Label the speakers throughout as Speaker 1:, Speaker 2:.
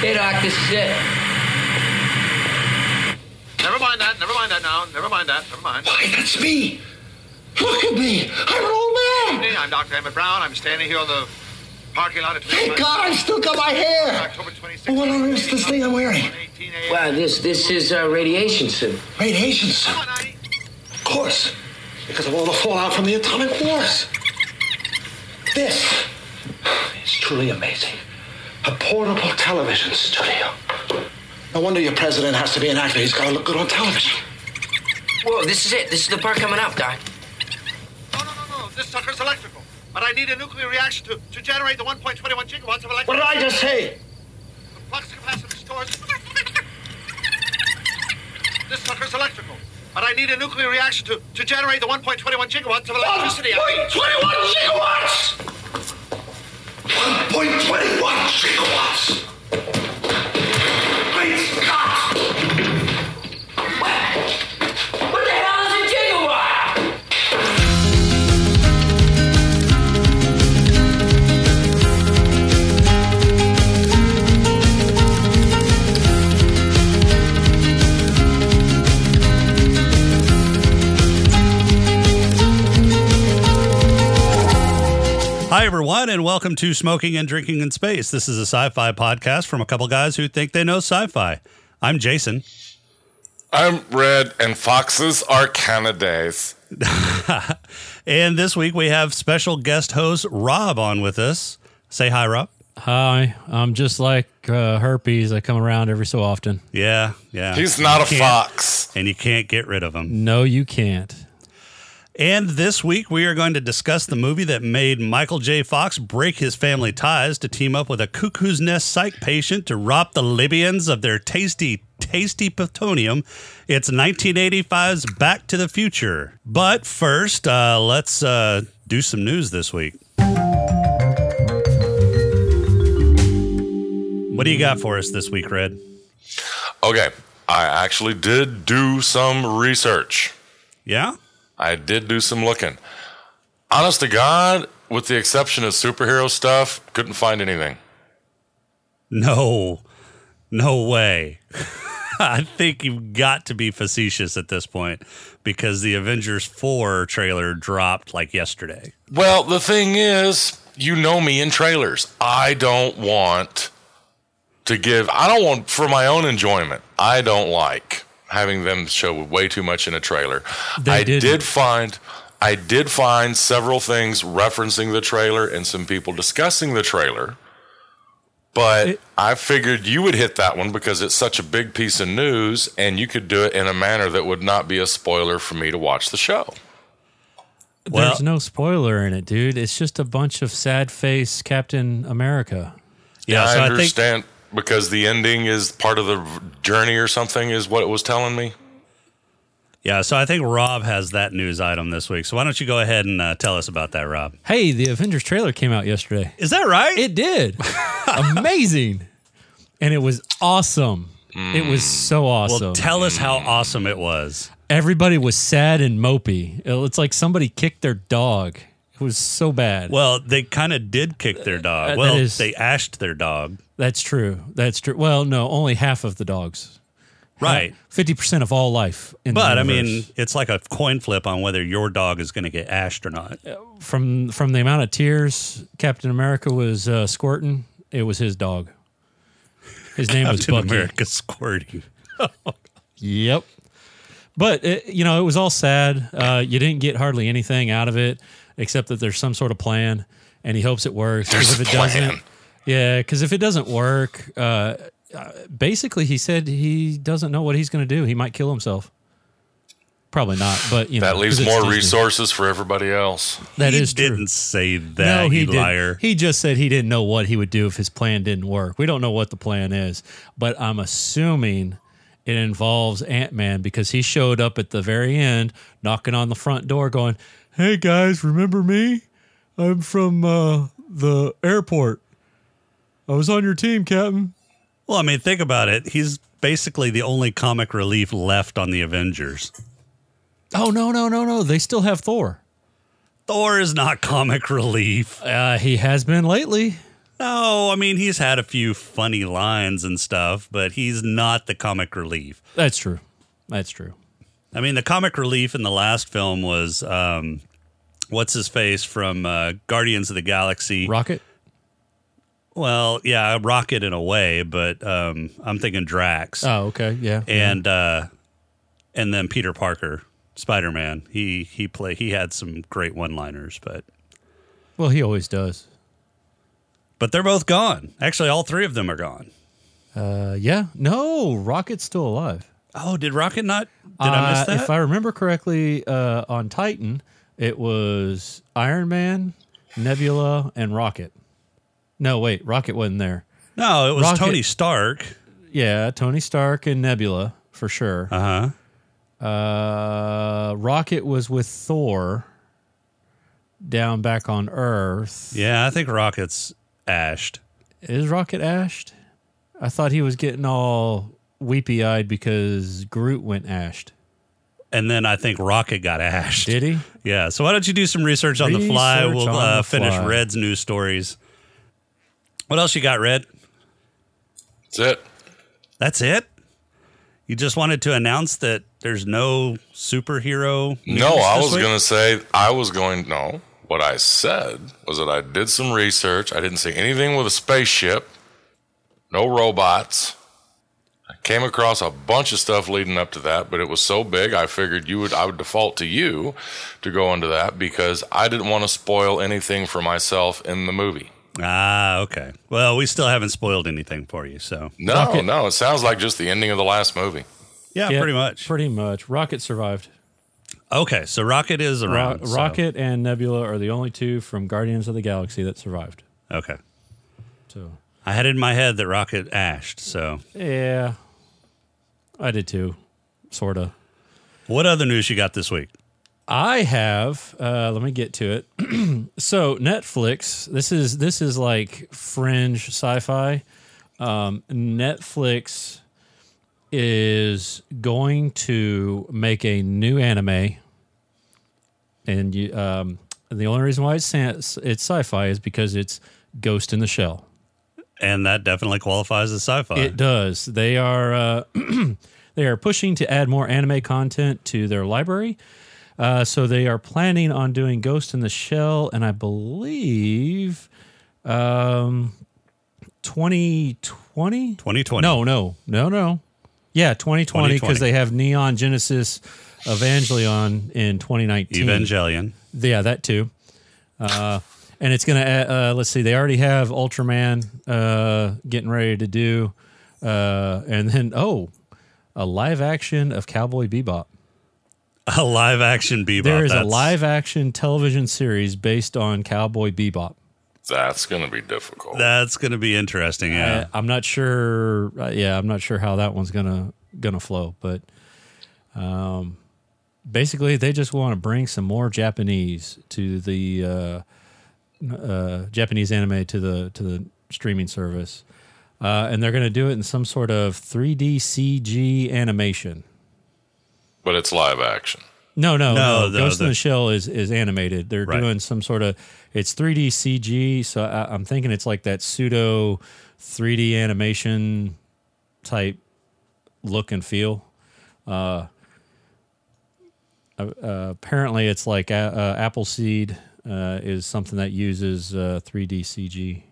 Speaker 1: They like this shit.
Speaker 2: Never mind that. Never mind that now. Never mind that. Never mind.
Speaker 3: Why, that's me. Look at me. I'm an old man.
Speaker 2: Hey, I'm Dr. Emmett Brown. I'm standing here on the parking lot at
Speaker 3: Thank God I've still got my hair.
Speaker 2: October 26th.
Speaker 3: Well, what on earth is this thing I'm wearing?
Speaker 2: 18 a.m.
Speaker 1: Wow, this this is uh, radiation suit.
Speaker 3: Radiation suit.
Speaker 2: Come on, Heidi.
Speaker 3: Of course. Because of all the fallout from the atomic wars. This is truly amazing. A portable television studio. No wonder your president has to be an actor. He's got to look good on television.
Speaker 1: Whoa, this is it. This is the part coming up, Doc.
Speaker 2: No, no, no, no. This sucker's electrical. But I need a nuclear reaction to, to generate the 1.21 gigawatts of electric.
Speaker 3: What did I just say?
Speaker 2: The flux capacitor stores. this sucker's electrical. But I need a nuclear reaction to, to generate the 1.21 gigawatts of
Speaker 3: Oh,
Speaker 2: electricity.
Speaker 3: 1.21 gigawatts! 1.21 gigawatts! Great Scott!
Speaker 1: What the hell is a gigawatt?
Speaker 4: Hi, everyone, and welcome to Smoking and Drinking in Space. This is a sci fi podcast from a couple guys who think they know sci fi. I'm Jason.
Speaker 5: I'm Red, and foxes are Canadays.
Speaker 4: And this week we have special guest host Rob on with us. Say hi, Rob.
Speaker 6: Hi, I'm just like uh, herpes. I come around every so often.
Speaker 4: Yeah, yeah.
Speaker 5: He's not a
Speaker 4: Can't-
Speaker 5: fox.
Speaker 4: And you can't get rid of him.
Speaker 6: No, you can't.
Speaker 4: And this week we are going to discuss the movie that made Michael J. Fox break his family ties to team up with a cuckoo's nest psych patient to rob the Libyans of their tasty, tasty plutonium. It's 1985's Back to the Future. But first, uh, let's uh, do some news this week. What do you got for us this week, Red?
Speaker 5: Okay, I actually did do some research.
Speaker 4: Yeah?
Speaker 5: I did do some looking. Honest to God, with the exception of superhero stuff, couldn't find anything.
Speaker 4: No, no way. I think you've got to be facetious at this point because the Avengers 4 trailer dropped like yesterday.
Speaker 5: Well, the thing is, you know me in trailers. I don't want to give, I don't want for my own enjoyment. I don't like having them show way too much in a trailer.
Speaker 6: They
Speaker 5: I
Speaker 6: didn't.
Speaker 5: did find I did find several things referencing the trailer and some people discussing the trailer. But I figured you would hit that one because it's such a big piece of news and you could do it in a manner that would not be a spoiler for me to watch the show.
Speaker 4: Well-
Speaker 6: There's no spoiler in it, dude. It's just a bunch of sad face Captain America.
Speaker 4: Yeah, so
Speaker 5: I
Speaker 4: I think
Speaker 5: understand because the ending is part of the v- journey or something is what it was telling me.
Speaker 4: yeah, so I think Rob has that news item this week. So why don't you go ahead and uh, tell us about that, Rob?
Speaker 6: Hey, the Avengers trailer came out yesterday.
Speaker 4: Is that right?
Speaker 6: It did. Amazing. And it was awesome. It was so
Speaker 4: well,
Speaker 6: awesome.
Speaker 4: tell us how awesome it was.
Speaker 6: Everybody was sad and mopey. It- It's like somebody kicked their dog. It was so bad.
Speaker 4: Well, they kind of did kick their
Speaker 6: Uh,
Speaker 4: dog.
Speaker 6: that
Speaker 4: Well,
Speaker 6: is-
Speaker 4: they ashed their dog.
Speaker 6: That's true. That's true. Well, no, only half of the dogs.
Speaker 4: Right.
Speaker 6: Fifty percent of all life. In the
Speaker 4: But I mean,
Speaker 6: universe.
Speaker 4: it's like a coin flip on whether your dog is going to get ashed or not.
Speaker 6: from from the amount of tears Captain America was uh, squirting, it was his dog. His name was
Speaker 4: Captain
Speaker 6: Bucky.
Speaker 4: America squirting.
Speaker 6: Yep. But it, you know, it was all sad. Uh, you didn't get hardly anything out of it, except that there's some sort of plan, and he hopes it works. 'cause
Speaker 5: There's
Speaker 6: if
Speaker 5: a
Speaker 6: it
Speaker 5: plan.
Speaker 6: doesn't, yeah, because if it doesn't work, uh, uh, basically he said he doesn't know what he's going to do. He might kill himself. Probably not, but you know
Speaker 5: That leaves
Speaker 6: 'cause it's
Speaker 5: more
Speaker 6: Disney.
Speaker 5: resources for everybody else.
Speaker 6: That
Speaker 4: he
Speaker 6: is true.
Speaker 4: didn't say that, you
Speaker 6: didn't.
Speaker 4: liar.
Speaker 6: He just said he didn't know what he would do if his plan didn't work. We don't know what the plan is, but I'm assuming it involves Ant Man because he showed up at the very end, knocking on the front door, going, "Hey guys, remember me? I'm from uh, the airport. I was on your team, Captain."
Speaker 4: Well, I mean, think about it. He's basically the only comic relief left on the Avengers.
Speaker 6: Oh no, no, no, no! They still have Thor.
Speaker 4: Thor is not comic relief.
Speaker 6: Uh, he has been lately.
Speaker 4: No, I mean he's had a few funny lines and stuff, but he's not the comic relief.
Speaker 6: That's true. That's true.
Speaker 4: I mean the comic relief in the last film was um, what's his face from uh, Guardians of the Galaxy.
Speaker 6: Rocket.
Speaker 4: Well, yeah, Rocket in a way, but um, I'm thinking Drax
Speaker 6: Oh, okay. Yeah.
Speaker 4: and uh, and then Peter Parker, Spider Man. He he play he had some great one liners, but
Speaker 6: well, he always does.
Speaker 4: but they're both gone. Actually, all three of them are gone.
Speaker 6: Uh, yeah. No, Rocket's still alive.
Speaker 4: Oh, did Rocket not? Did I miss
Speaker 6: Uh,
Speaker 4: that?
Speaker 6: If I remember correctly, uh, on Titan, it was Iron Man, Nebula, and Rocket. No, wait, Rocket wasn't there.
Speaker 4: no, it was
Speaker 6: Rocket-
Speaker 4: Tony Stark.
Speaker 6: Yeah, Tony Stark and Nebula for sure.
Speaker 4: Uh huh.
Speaker 6: Uh, Rocket was with Thor down back on Earth.
Speaker 4: Yeah, I think Rocket's ashed.
Speaker 6: Is Rocket ashed? I thought he was getting all weepy eyed because Groot went ashed.
Speaker 4: And then I think Rocket got ashed.
Speaker 6: Did he?
Speaker 4: Yeah. So why don't you do some research on the fly?
Speaker 6: Research
Speaker 4: We'll
Speaker 6: on
Speaker 4: uh,
Speaker 6: the
Speaker 4: finish
Speaker 6: fly.
Speaker 4: Red's news stories. What else you got, Red?
Speaker 5: That's it.
Speaker 4: That's it. You just wanted to announce that there's no superhero. news
Speaker 5: No, I
Speaker 4: this
Speaker 5: was
Speaker 4: week?
Speaker 5: going to say, I was going, no. What I said was that I did some research. I didn't see anything with a spaceship, no robots. I came across a bunch of stuff leading up to that, but it was so big, I figured you would, I would default to you to go into that because I didn't want to spoil anything for myself in the movie.
Speaker 4: Ah, okay. Well, we still haven't spoiled anything for you, so
Speaker 5: No,
Speaker 6: Rocket.
Speaker 5: no, it sounds like just the ending of the last movie.
Speaker 4: yeah,
Speaker 6: Yeah,
Speaker 4: pretty much.
Speaker 6: Pretty much. Rocket survived.
Speaker 4: okay, so Rocket is
Speaker 6: Ro-
Speaker 4: around. so-
Speaker 6: Rocket and Nebula are the only two from Guardians of the Galaxy that survived.
Speaker 4: Okay.
Speaker 6: So
Speaker 4: I had it in my head that Rocket ashed. So,
Speaker 6: yeah, I did too, sorta.
Speaker 4: what other news you got this week?
Speaker 6: I have. Uh, let me get to it. so Netflix. This is this is like fringe sci-fi. Um, Netflix is going to make a new anime, and you, um, the only reason why it's sa- it's sci-fi is because it's Ghost in the Shell.
Speaker 4: And that definitely qualifies as sci-fi.
Speaker 6: It does. They are uh, they are pushing to add more anime content to their library. Uh, so they are planning on doing Ghost in the Shell, and I believe um, 2020.
Speaker 4: 2020.
Speaker 6: No, no, no, no. Yeah, 2020
Speaker 4: 2020.
Speaker 6: because they have Neon Genesis Evangelion in 2019.
Speaker 4: Evangelion.
Speaker 6: Yeah, that too. Uh, and it's gonna. Uh, uh, let's see. They already have Ultraman uh, getting ready to do, uh, and then oh, a live action of Cowboy Bebop.
Speaker 4: A live action Bebop.
Speaker 6: There is a
Speaker 4: That's-
Speaker 6: live action television series based on Cowboy Bebop.
Speaker 5: That's going to be difficult.
Speaker 4: That's going to be interesting. Yeah.
Speaker 6: I, I'm not sure. Uh, yeah, I'm not sure how that one's gonna gonna flow, but um, basically they just want to bring some more Japanese to the uh, uh, Japanese anime to the to the streaming service, uh, and they're gonna do it in some sort of 3D CG animation.
Speaker 5: but it's live action.
Speaker 6: No, no,
Speaker 4: No,
Speaker 6: no.
Speaker 4: no,
Speaker 6: Ghost in
Speaker 4: the-
Speaker 6: the Shell is is animated. They're
Speaker 4: Right.
Speaker 6: doing some sort of it's 3D CG. So I, I'm thinking it's like that pseudo 3D animation type look and feel. Uh, uh, apparently, it's like a, uh, Appleseed uh, is something that uses uh, 3D CG.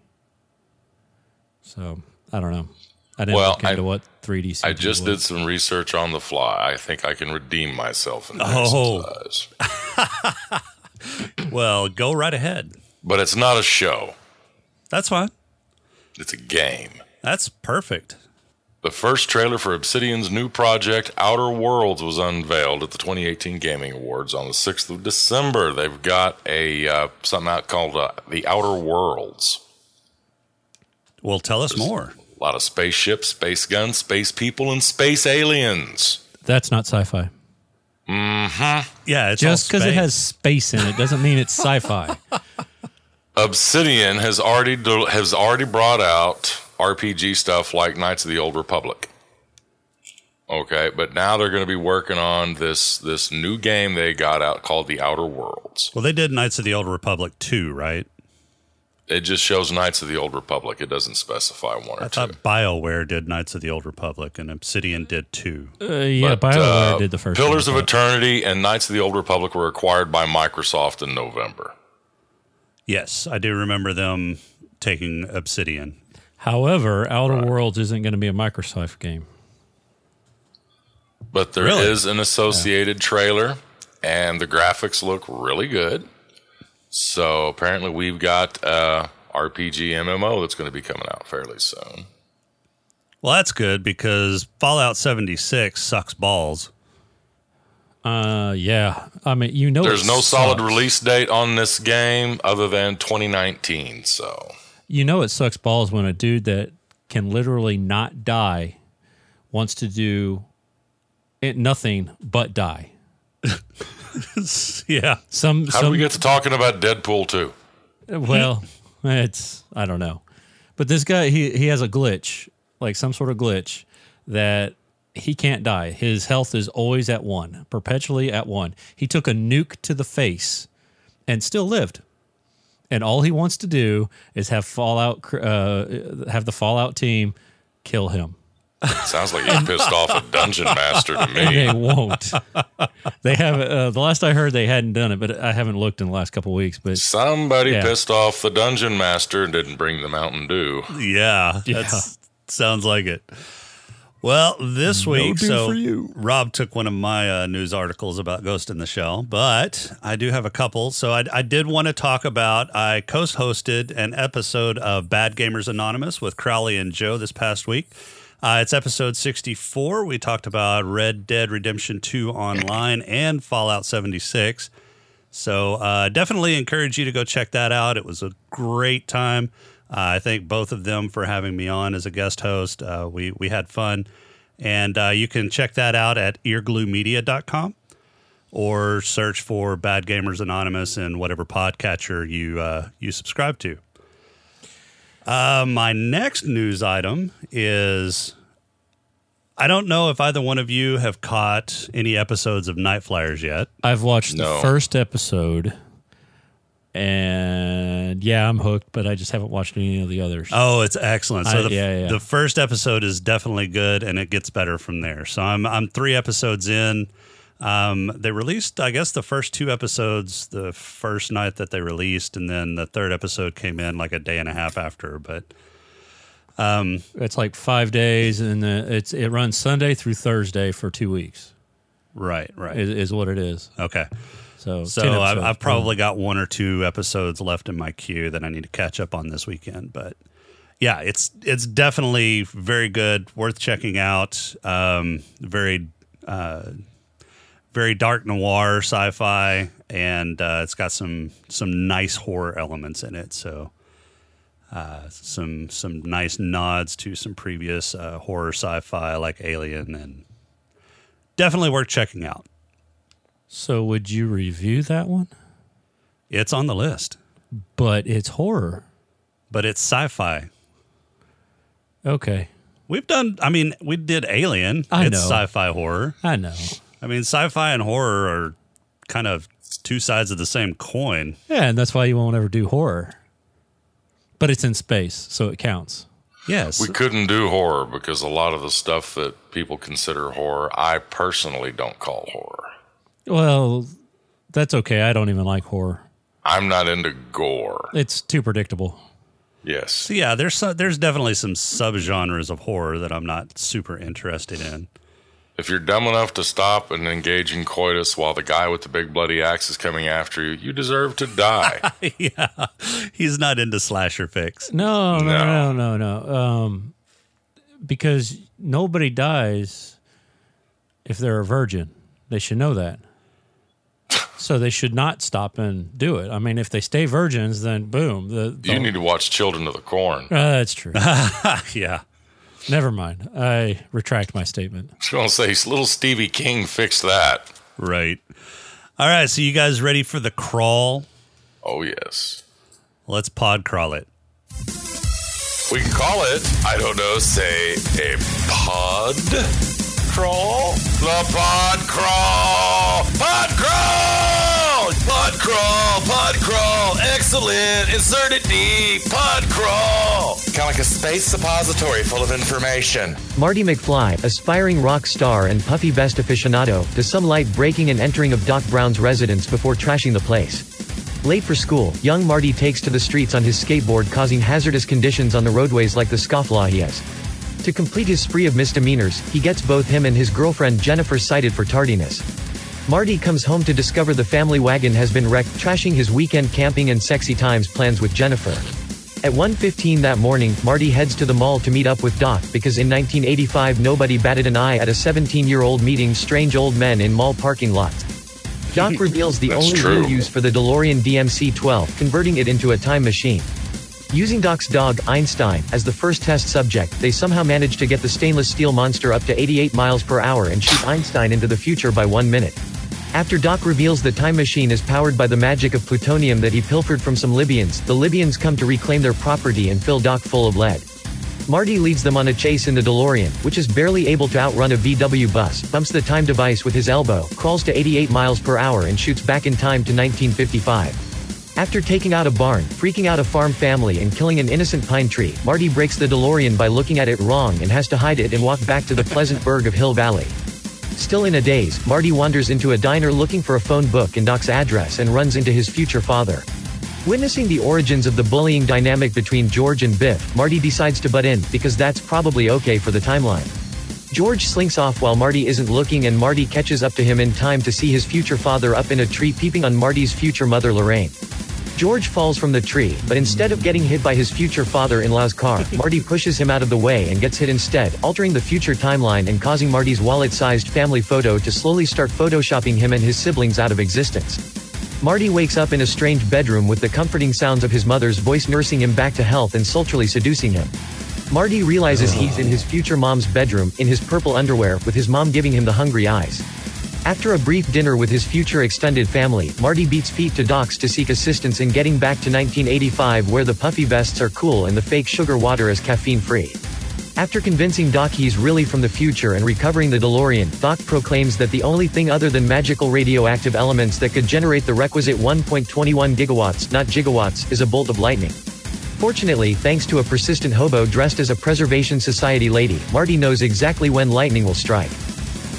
Speaker 6: So I don't know. I didn't
Speaker 5: Well,
Speaker 6: look into
Speaker 5: I-
Speaker 6: what 3D CG
Speaker 5: I just
Speaker 6: was.
Speaker 5: did some research on the fly. I think I can redeem myself in this
Speaker 4: Oh.
Speaker 5: exercise.
Speaker 6: Uh,
Speaker 4: Well, go right ahead.
Speaker 5: But it's not a show.
Speaker 4: That's fine.
Speaker 5: It's a game.
Speaker 4: That's perfect.
Speaker 5: The first trailer for Obsidian's new project, Outer Worlds, was unveiled at the 2018 Gaming Awards on the 6th of December. They've got a uh, something out called uh, the Outer Worlds.
Speaker 4: Well, tell us more.
Speaker 5: A lot of spaceships, space guns, space people, and space aliens.
Speaker 6: That's not sci-fi.
Speaker 4: Yeah, it's
Speaker 6: just
Speaker 4: all
Speaker 6: because it
Speaker 4: space.
Speaker 6: has space in it doesn't mean it's sci-fi.
Speaker 5: Obsidian has already del- has already brought out RPG stuff like Knights of the Old Republic. Okay, but now they're going to be working on this this new game they got out called The Outer Worlds.
Speaker 4: Well, they did Knights of the Old Republic too, right?
Speaker 5: It just shows Knights of the Old Republic. It doesn't specify one or
Speaker 4: I
Speaker 5: two.
Speaker 4: thought BioWare did Knights of the Old Republic and Obsidian did too.
Speaker 6: Uh, yeah,
Speaker 5: But,
Speaker 6: BioWare
Speaker 5: uh,
Speaker 6: did the first.
Speaker 5: Pillars
Speaker 6: one,
Speaker 5: of
Speaker 6: but-
Speaker 5: Eternity and Knights of the Old Republic were acquired by Microsoft in November.
Speaker 4: Yes, I do remember them taking Obsidian.
Speaker 6: However, Outer Worlds isn't going to be a Microsoft game.
Speaker 5: But there is
Speaker 4: Really?
Speaker 5: an associated trailer, and the graphics look really good. So apparently, we've got uh, RPG MMO that's going to be coming out fairly soon.
Speaker 4: Well, that's good because Fallout 76 sucks balls.
Speaker 6: Uh, yeah. I mean, you know,
Speaker 5: There's
Speaker 6: it
Speaker 5: no solid
Speaker 6: sucks.
Speaker 5: release date on this game other than 2019. So
Speaker 6: You know, it sucks balls when a dude that can literally not die wants to do it nothing but die.
Speaker 4: yeah.
Speaker 6: Some
Speaker 5: how
Speaker 6: some
Speaker 5: do we get to talking about Deadpool 2?
Speaker 6: Well, it's I don't know, but this guy he he has a glitch, like some sort of glitch that he can't die. His health is always at one, perpetually at one. He took a nuke to the face, and still lived. And all he wants to do is have Fallout, cr- uh, have the Fallout team kill him.
Speaker 5: Sounds like you pissed off a dungeon master to me.
Speaker 6: They won't. they have. Uh, the last I heard, they hadn't done it, but I haven't looked in the last couple weeks. But
Speaker 5: Somebody
Speaker 6: Yeah.
Speaker 5: pissed off the dungeon master and didn't bring the Mountain Dew.
Speaker 4: Yeah, that's sounds like it. Well, this week,
Speaker 5: do
Speaker 4: so
Speaker 5: for you.
Speaker 4: Rob took one of my uh, news articles about Ghost in the Shell, but I do have a couple. So I, I did want to talk about. I co-hosted an episode of Bad Gamers Anonymous with Crowley and Joe this past week. Uh, it's episode 64. We talked about Red Dead Redemption 2 online and Fallout 76. So uh, definitely encourage you to go check that out. It was a great time. Uh, I thank both of them for having me on as a guest host. Uh, we we had fun, and uh, you can check that out at eargluemedia.com or search for Bad Gamers Anonymous in whatever podcatcher you uh, you subscribe to. Uh, my next news item is I don't know if either one of you have caught any episodes of Night Flyers yet.
Speaker 6: I've watched
Speaker 5: No.
Speaker 6: the first episode, and yeah, I'm hooked, but I just haven't watched any of the others.
Speaker 4: Oh, it's excellent. So
Speaker 6: I-
Speaker 4: the,
Speaker 6: yeah, yeah.
Speaker 4: the first episode is definitely good and it gets better from there. So I'm I'm 3 episodes in. Um, they released I guess the first two episodes the first night that they released and then the third episode came in like a day and a half after, but
Speaker 6: It's like five days, and uh it's it runs Sunday through Thursday for two weeks.
Speaker 4: right, right.
Speaker 6: Is, is what it is.
Speaker 4: okay.
Speaker 6: So, ten
Speaker 4: So I've,
Speaker 6: episodes.
Speaker 4: I've probably got one or two episodes left in my queue that I need to catch up on this weekend. But yeah, it's it's definitely very good, worth checking out. Um, very uh, very dark noir sci-fi, and uh, it's got some some nice horror elements in it. So. Uh, some some nice nods to some previous uh, horror sci-fi like Alien, and definitely worth checking out.
Speaker 6: So would you review that one?
Speaker 4: It's on the list.
Speaker 6: But it's horror.
Speaker 4: but it's sci-fi.
Speaker 6: Okay,
Speaker 4: We've done. I mean, we did Alien.
Speaker 6: I
Speaker 4: it's
Speaker 6: know.
Speaker 4: sci-fi horror.
Speaker 6: I know.
Speaker 4: I mean, sci-fi and horror are kind of two sides of the same coin.
Speaker 6: Yeah, and that's why you won't ever do horror. But it's in space, so it counts.
Speaker 4: Yes.
Speaker 5: We couldn't do horror because a lot of the stuff that people consider horror, I personally don't call horror.
Speaker 6: Well, that's okay. I don't even like horror.
Speaker 5: I'm not into gore.
Speaker 6: It's too predictable.
Speaker 5: Yes.
Speaker 4: yeah, there's so- there's definitely some subgenres of horror that I'm not super interested in.
Speaker 5: If you're dumb enough to stop and engage in coitus while the guy with the big bloody axe is coming after you, you deserve to die.
Speaker 4: yeah, he's not into slasher fix.
Speaker 6: No, no,
Speaker 5: No.
Speaker 6: no, no, no. Um, because nobody dies if they're a virgin. They should know that. So they should not stop and do it. I mean, if they stay virgins, then boom. The, the-
Speaker 5: you need to watch Children of the Corn. I
Speaker 6: Uh, that's true.
Speaker 4: yeah.
Speaker 6: Never mind. I retract my statement.
Speaker 5: was going to say, little Stevie King fixed that.
Speaker 4: Right. All right. So you guys ready for the crawl?
Speaker 5: Oh, yes.
Speaker 4: Let's pod crawl it.
Speaker 5: We can call it, I don't know, say a pod crawl? The pod crawl! Pod crawl! Pod crawl! Pod crawl! Excellent! Insert it deep! Marty Podcrawl. Kind of like a space suppository full of information.
Speaker 7: Marty McFly, aspiring rock star and puffy vest aficionado, does some light breaking and entering of Doc Brown's residence before trashing the place. Late for school, young Marty takes to the streets on his skateboard causing hazardous conditions on the roadways like the scofflaw he is. To complete his spree of misdemeanors, he gets both him and his girlfriend Jennifer cited for tardiness. Marty comes home to discover the family wagon has been wrecked, trashing his weekend camping and sexy times plans with Jennifer. At 1.15 that morning, Marty heads to the mall to meet up with Doc because in 1985 nobody batted an eye at a 17-year-old meeting strange old men in mall parking lots. Doc reveals the
Speaker 5: Hmm. That's
Speaker 7: only
Speaker 5: true.
Speaker 7: real use for the DeLorean DMC-12, converting it into a time machine. Using Doc's dog, Einstein, as the first test subject, they somehow manage to get the stainless steel monster up to 88 miles per hour and shoot Einstein into the future by one minute. After Doc reveals the time machine is powered by the magic of plutonium that he pilfered from some Libyans, the Libyans come to reclaim their property and fill Doc full of lead. Marty leads them on a chase in the DeLorean, which is barely able to outrun a VW bus, bumps the time device with his elbow, crawls to 88 miles per hour and shoots back in time to 1955. After taking out a barn, freaking out a farm family, and killing an innocent pine tree, Marty breaks the DeLorean by looking at it wrong and has to hide it and walk back to the pleasant burg of Hill Valley. Still in a daze, Marty wanders into a diner looking for a phone book and Doc's address and runs into his future father. Witnessing the origins of the bullying dynamic between George and Biff, Marty decides to butt in because that's probably okay for the timeline. George slinks off while Marty isn't looking, and Marty catches up to him in time to see his future father up in a tree peeping on Marty's future mother Lorraine. George falls from the tree, but instead of getting hit by his future father in law's car, Marty pushes him out of the way and gets hit instead, altering the future timeline and causing Marty's wallet sized family photo to slowly start photoshopping him and his siblings out of existence. Marty wakes up in a strange bedroom with the comforting sounds of his mother's voice nursing him back to health and sultrily seducing him. Marty realizes he's in his future mom's bedroom, in his purple underwear, with his mom giving him the hungry eyes. After a brief dinner with his future extended family, Marty beats Pete to docks to seek assistance in getting back to 1985 where the puffy vests are cool and the fake sugar water is caffeine free. After convincing Doc he's really from the future and recovering the DeLorean, Doc proclaims that the only thing other than magical radioactive elements that could generate the requisite 1.21 gigawatts, not gigawatts, is a bolt of lightning. Fortunately, thanks to a persistent hobo dressed as a Preservation Society lady, Marty knows exactly when lightning will strike.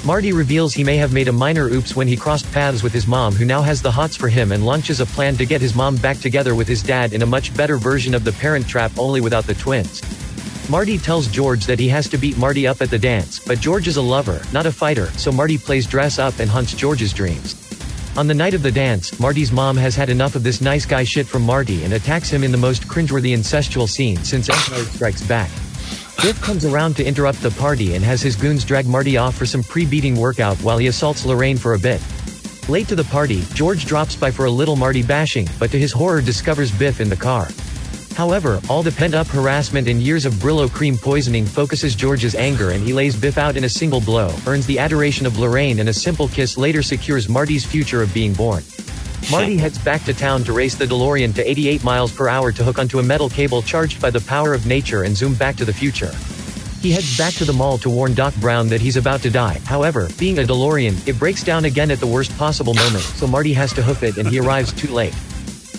Speaker 7: Marty reveals he may have made a minor oops when he crossed paths with his mom, who now has the hots for him, and launches a plan to get his mom back together with his dad in a much better version of the parent trap, only without the twins. Marty tells George that he has to beat Marty up at the dance, but George is a lover, not a fighter, so Marty plays dress up and haunts George's dreams. On the night of the dance, Marty's mom has had enough of this nice guy shit from Marty and attacks him in the most cringeworthy incestual scene since Empire Strikes Back. Biff comes around to interrupt the party and has his goons drag Marty off for some pre-beating workout while he assaults Lorraine for a bit. Late to the party, George drops by for a little Marty bashing, but to his horror discovers Biff in the car. However, all the pent-up harassment and years of Brillo cream poisoning focuses George's anger and he lays Biff out in a single blow, earns the adoration of Lorraine and a simple kiss later secures Marty's future of being born. Marty heads back to town to race the DeLorean to 88 miles per hour to hook onto a metal cable charged by the power of nature and zoom back to the future. He heads back to the mall to warn Doc Brown that he's about to die. However, being a DeLorean, it breaks down again at the worst possible moment, so Marty has to hoof it and he arrives too late.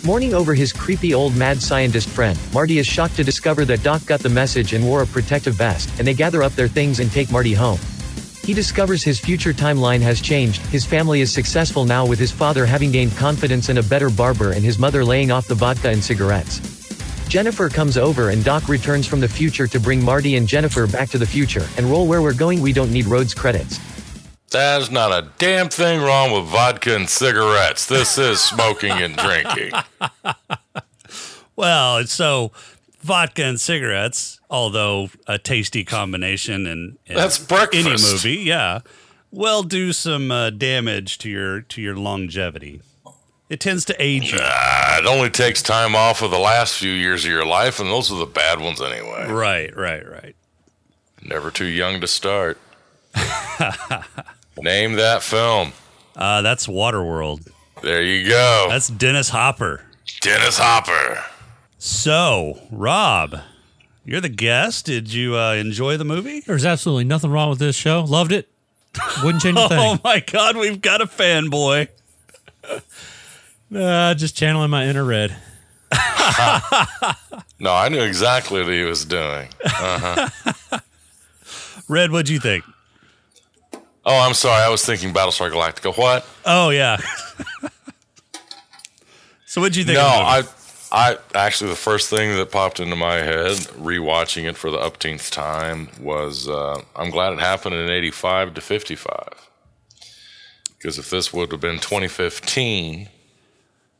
Speaker 7: Mourning over his creepy old mad scientist friend, Marty is shocked to discover that Doc got the message and wore a protective vest, and they gather up their things and take Marty home. He discovers his future timeline has changed, his family is successful now with his father having gained confidence and a better barber and his mother laying off the vodka and cigarettes. Jennifer comes over and Doc returns from the future to bring Marty and Jennifer back to the future and roll where we're going we don't need Rhodes credits.
Speaker 5: There's not a damn thing wrong with vodka and cigarettes. This is smoking and drinking.
Speaker 4: Well, it's so vodka and cigarettes, although a tasty combination and
Speaker 5: That's breakfast.
Speaker 4: any movie, yeah, will do some uh, damage to your to your longevity. It tends to age you.
Speaker 5: Uh, it only takes time off of the last few years of your life, and those are the bad ones anyway.
Speaker 4: Right, right, right.
Speaker 5: Never too young to start. Name that film.
Speaker 4: Uh, that's Waterworld.
Speaker 5: There you go.
Speaker 4: That's Dennis Hopper.
Speaker 5: Dennis Hopper.
Speaker 4: So, Rob, you're the guest. Did you uh, enjoy the movie?
Speaker 6: There's absolutely nothing wrong with this show. Loved it. Wouldn't change a
Speaker 4: Oh
Speaker 6: thing.
Speaker 4: my God, we've got a fanboy.
Speaker 6: Uh, just channeling my inner red.
Speaker 5: No, I knew exactly what he was doing.
Speaker 4: Red, what'd you think?
Speaker 5: Oh, I'm sorry. I was thinking Battlestar Galactica. What?
Speaker 4: Oh yeah. so what'd you think?
Speaker 5: no,
Speaker 4: of the movie?
Speaker 5: I, I actually the first thing that popped into my head rewatching it for the upteenth time was uh, I'm glad it happened in '85 to '55 because if this would have been 2015,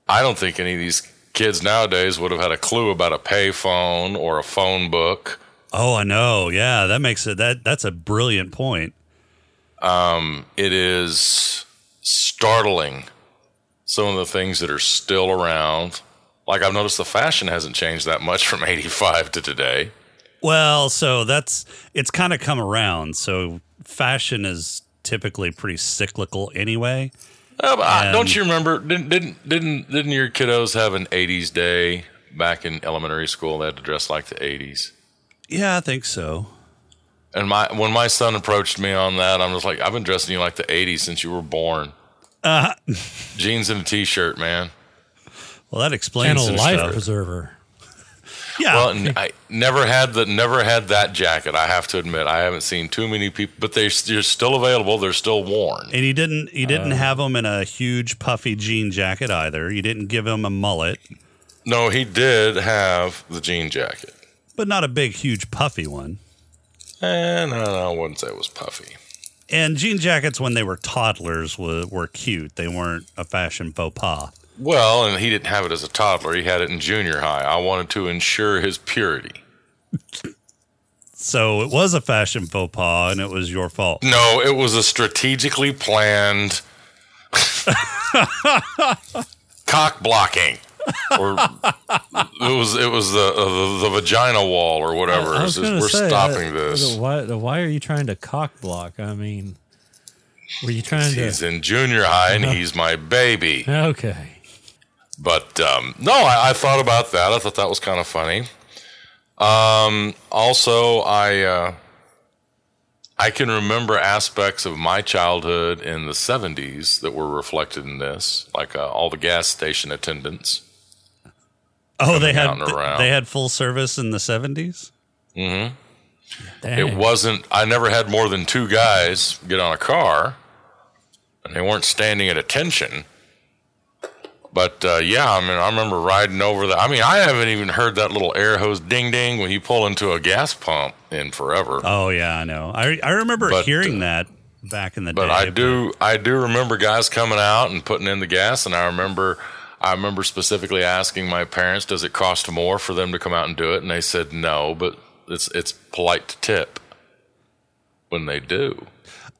Speaker 5: I don't think any of these kids nowadays would have had a clue about a payphone or a phone book.
Speaker 4: Oh, I know. Yeah, that makes it that that's a brilliant point.
Speaker 5: it is startling some of the things that are still around. Like I've noticed the fashion hasn't changed that much from 85 to today.
Speaker 4: Well, so that's it's kind of come around. So fashion is typically pretty cyclical anyway.
Speaker 5: Uh, but I-
Speaker 4: And-
Speaker 5: don't you remember didn't, didn't didn't didn't your kiddos have an 80s day back in elementary school they had to dress like the 80s?
Speaker 4: Yeah, I think so.
Speaker 5: And my when my son approached me on that, I'm just like, I've been dressing you like the 80s since you were born. Jeans and a t-shirt, man.
Speaker 4: Well, that explains
Speaker 6: and
Speaker 4: some
Speaker 6: a life
Speaker 4: stuff.
Speaker 6: preserver.
Speaker 4: Yeah.
Speaker 5: Well, n- I never had the never had that jacket. I have to admit, I haven't seen too many people, but they they're still available. They're still worn.
Speaker 4: and he didn't he didn't have him in a huge puffy jean jacket either. You didn't give him a mullet,
Speaker 5: No, he did have the jean jacket.
Speaker 4: but not a big huge puffy one.
Speaker 5: Eh, no, no, I wouldn't say it was puffy.
Speaker 4: And jean jackets when they were toddlers were, were cute. They weren't a fashion faux pas.
Speaker 5: Well, and he didn't have it as a toddler. He had it in junior high. I wanted to ensure his purity.
Speaker 4: So it was a fashion faux pas and it was your fault.
Speaker 5: No, it was a strategically planned cock blocking. Or it was it was the uh, the, the vagina wall or whatever.
Speaker 6: I
Speaker 5: It's
Speaker 6: was
Speaker 5: just,
Speaker 6: gonna
Speaker 5: we're
Speaker 6: say,
Speaker 5: stopping
Speaker 6: I-
Speaker 5: this.
Speaker 6: Why, why are you trying to cock block? I mean, were you trying to?
Speaker 5: He's in junior high
Speaker 6: Uh-huh.
Speaker 5: and he's my baby.
Speaker 6: Okay.
Speaker 5: But um, no, I, I thought about that. I thought that was kind of funny. Um, also, I uh, I can remember aspects of my childhood in the '70s that were reflected in this, like uh, all the gas station attendants.
Speaker 4: Oh, they had
Speaker 5: out and around.
Speaker 4: they had full service in the 70s?
Speaker 5: It wasn't. I never had more than two guys get on a car, and they weren't standing at attention. But uh, yeah, I mean, I remember riding over the. I mean, I haven't even heard that little air hose ding ding when you pull into a gas pump in forever.
Speaker 4: Oh yeah, I know. I I remember
Speaker 5: But,
Speaker 4: hearing
Speaker 5: uh,
Speaker 4: that back in the
Speaker 5: but
Speaker 4: day.
Speaker 5: I do, I do remember guys coming out and putting in the gas, and I remember, I remember specifically asking my parents, "Does it cost more for them to come out and do it?" And they said no, but it's it's polite to tip when they do.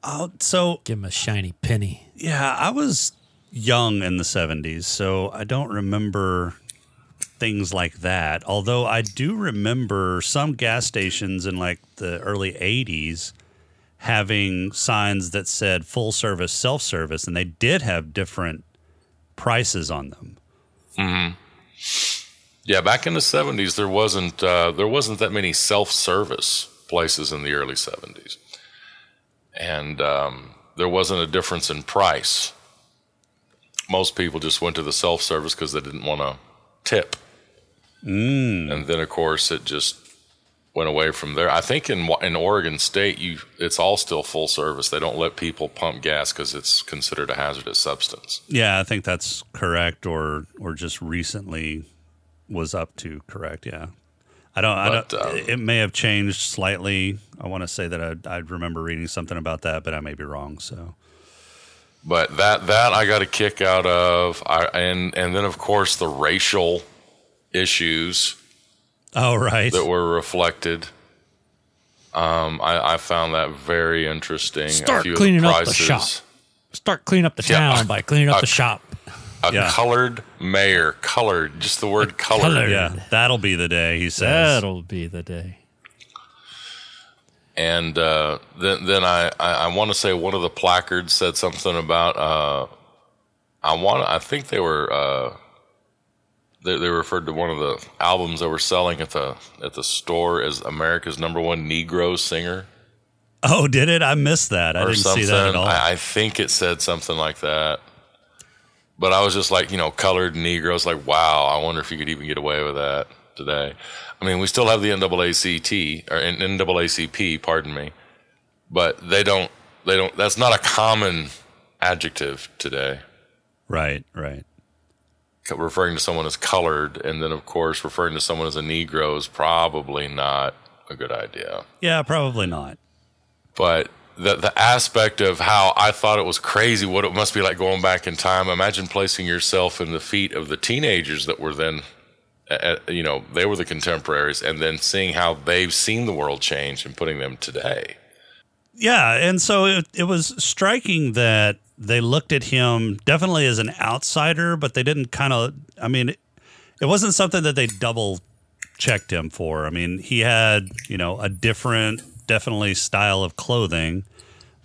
Speaker 4: Oh, so
Speaker 6: Give him a shiny penny.
Speaker 4: yeah, I was young in the 70s, so I don't remember things like that. Although I do remember some gas stations in like the early 80s having signs that said full service, self service, and they did have different prices on them.
Speaker 5: Yeah, back in the seventies, there wasn't uh, there wasn't that many self service places in the early seventies, and um, there wasn't a difference in price. Most people just went to the self service because they didn't want to tip, mm. and then of course it just went away from there. I think in Wa- in Oregon State, you it's all still full service. They don't let people pump gas because it's considered a hazardous substance.
Speaker 4: Yeah, I think that's correct, or or just recently was up to correct. Yeah, I don't.
Speaker 5: But,
Speaker 4: I don't.
Speaker 5: um,
Speaker 4: it may have changed slightly. I want to say that I I remember reading something about that, but I may be wrong. So
Speaker 5: but that that I got a kick out of, I, and and then of course the racial issues
Speaker 4: all right.
Speaker 5: that were reflected. Um, I, I found that very interesting.
Speaker 6: Start cleaning up the shop. Start cleaning up the
Speaker 5: Yeah.
Speaker 6: town by cleaning up
Speaker 5: Uh,
Speaker 6: the shop.
Speaker 5: A
Speaker 4: Yeah.
Speaker 5: colored mayor, colored, just the word colored.
Speaker 6: colored.
Speaker 4: yeah, that'll be the day he says.
Speaker 6: That'll be the day.
Speaker 5: And uh, then then I I, I want to say one of the placards said something about uh, I want I think they were. Uh, they, they referred to one of the albums they were selling at the at the store as America's number one Negro singer
Speaker 4: Oh, did it? I missed that. I
Speaker 5: or
Speaker 4: didn't
Speaker 5: something.
Speaker 4: see that at all.
Speaker 5: I, I think it said something like that. But I was just like, you know, colored Negroes, like, wow, I wonder if you could even get away with that today. I mean, we still have the NAACT or N- NAACP, pardon me, but they don't, they don't, that's not a common adjective today.
Speaker 4: Right, right.
Speaker 5: Co- Referring to someone as colored, and then, of course, referring to someone as a Negro is probably not a good idea.
Speaker 4: Yeah, probably not.
Speaker 5: but the the aspect of how I thought it was crazy what it must be like going back in time. Imagine placing yourself in the feet of the teenagers that were then, uh, uh, you know, they were the contemporaries, and then seeing how they've seen the world change and putting them today.
Speaker 4: Yeah, and so it, it was striking that they looked at him definitely as an outsider, but they didn't kind of. I mean, it, it wasn't something that they double checked him for. I mean, he had you know a different, definitely style of clothing,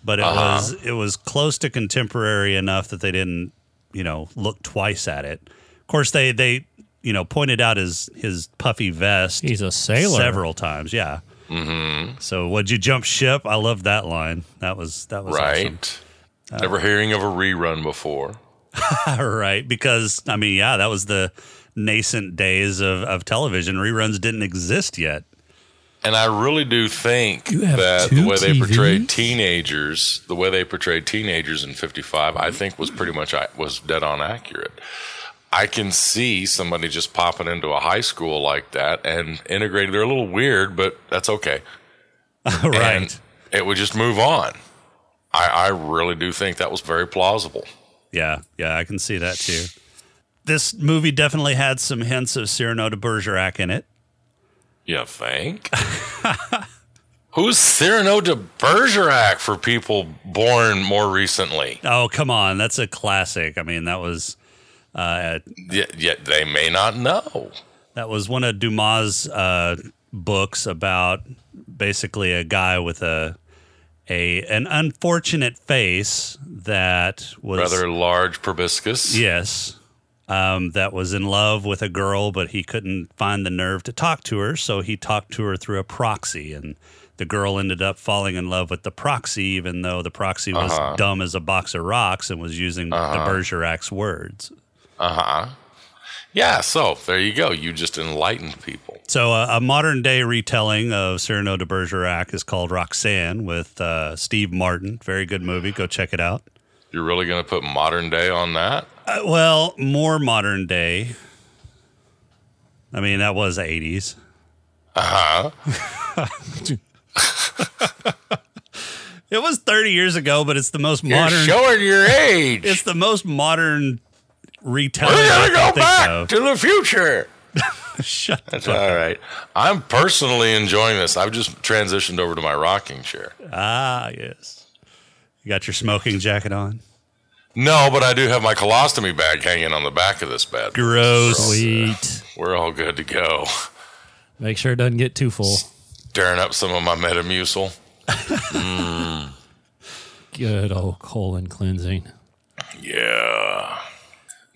Speaker 4: but it was it was close to contemporary enough that they didn't you know look twice at it. Of course, they they you know pointed out his his puffy vest.
Speaker 6: He's a sailor.
Speaker 4: Several times, yeah.
Speaker 5: Mm-hmm.
Speaker 4: So would you jump ship? I love that line. That was that was awesome.
Speaker 5: Right. Never hearing of a rerun before.
Speaker 4: right, because I mean, yeah, that was the nascent days of, of television. Reruns didn't exist yet.
Speaker 5: And I really do think
Speaker 6: You have
Speaker 5: that
Speaker 6: two
Speaker 5: the way they portrayed
Speaker 6: TVs?
Speaker 5: teenagers, the way they portrayed teenagers in 55, I think was pretty much I was dead on accurate. I can see somebody just popping into a high school like that and integrating. They're a little weird, but that's okay.
Speaker 4: right.
Speaker 5: And it would just move on. I, I really do think that was very plausible.
Speaker 4: yeah, yeah, I can see that too. This movie definitely had some hints of Cyrano de Bergerac in it.
Speaker 5: You think? Who's Cyrano de Bergerac for people born more recently?
Speaker 4: Oh, come on, that's a classic. I mean, that was uh,
Speaker 5: Yet, yet they may not know.
Speaker 4: That was one of Dumas' uh, books about basically a guy with a a an unfortunate face that was
Speaker 5: rather large proboscis.
Speaker 4: yes um, that was in love with a girl, but he couldn't find the nerve to talk to her, so he talked to her through a proxy, and the girl ended up falling in love with the proxy, even though the proxy was dumb as a box of rocks and was using the Bergerac's words.
Speaker 5: Uh-huh. Yeah, so there you go. You just enlightened people.
Speaker 4: So uh, a modern day retelling of Cyrano de Bergerac is called Roxanne with uh, Steve Martin. Very good movie. Go check it out.
Speaker 5: You're really going to put modern day on that?
Speaker 4: Uh, well, more modern day. I mean, that was 80s.
Speaker 5: Uh-huh.
Speaker 4: Uh huh. it was 30 years ago, but it's the most modern.
Speaker 5: You're showing your age.
Speaker 4: it's the most modern retelling.
Speaker 5: We're
Speaker 4: I
Speaker 5: going to
Speaker 4: can
Speaker 5: go
Speaker 4: think
Speaker 5: back
Speaker 4: of.
Speaker 5: to the future.
Speaker 4: Shut the
Speaker 5: That's
Speaker 4: fuck
Speaker 5: all right. I'm personally enjoying this. I've just transitioned over to my rocking chair.
Speaker 4: Ah, yes. You got your smoking jacket on?
Speaker 5: No, but I do have my colostomy bag hanging on the back of this bed.
Speaker 4: Gross.
Speaker 6: Sweet.
Speaker 5: We're all good to go.
Speaker 6: Make sure it doesn't get too full.
Speaker 5: Stirring up some of my Metamucil.
Speaker 6: Good old colon cleansing.
Speaker 5: Yeah.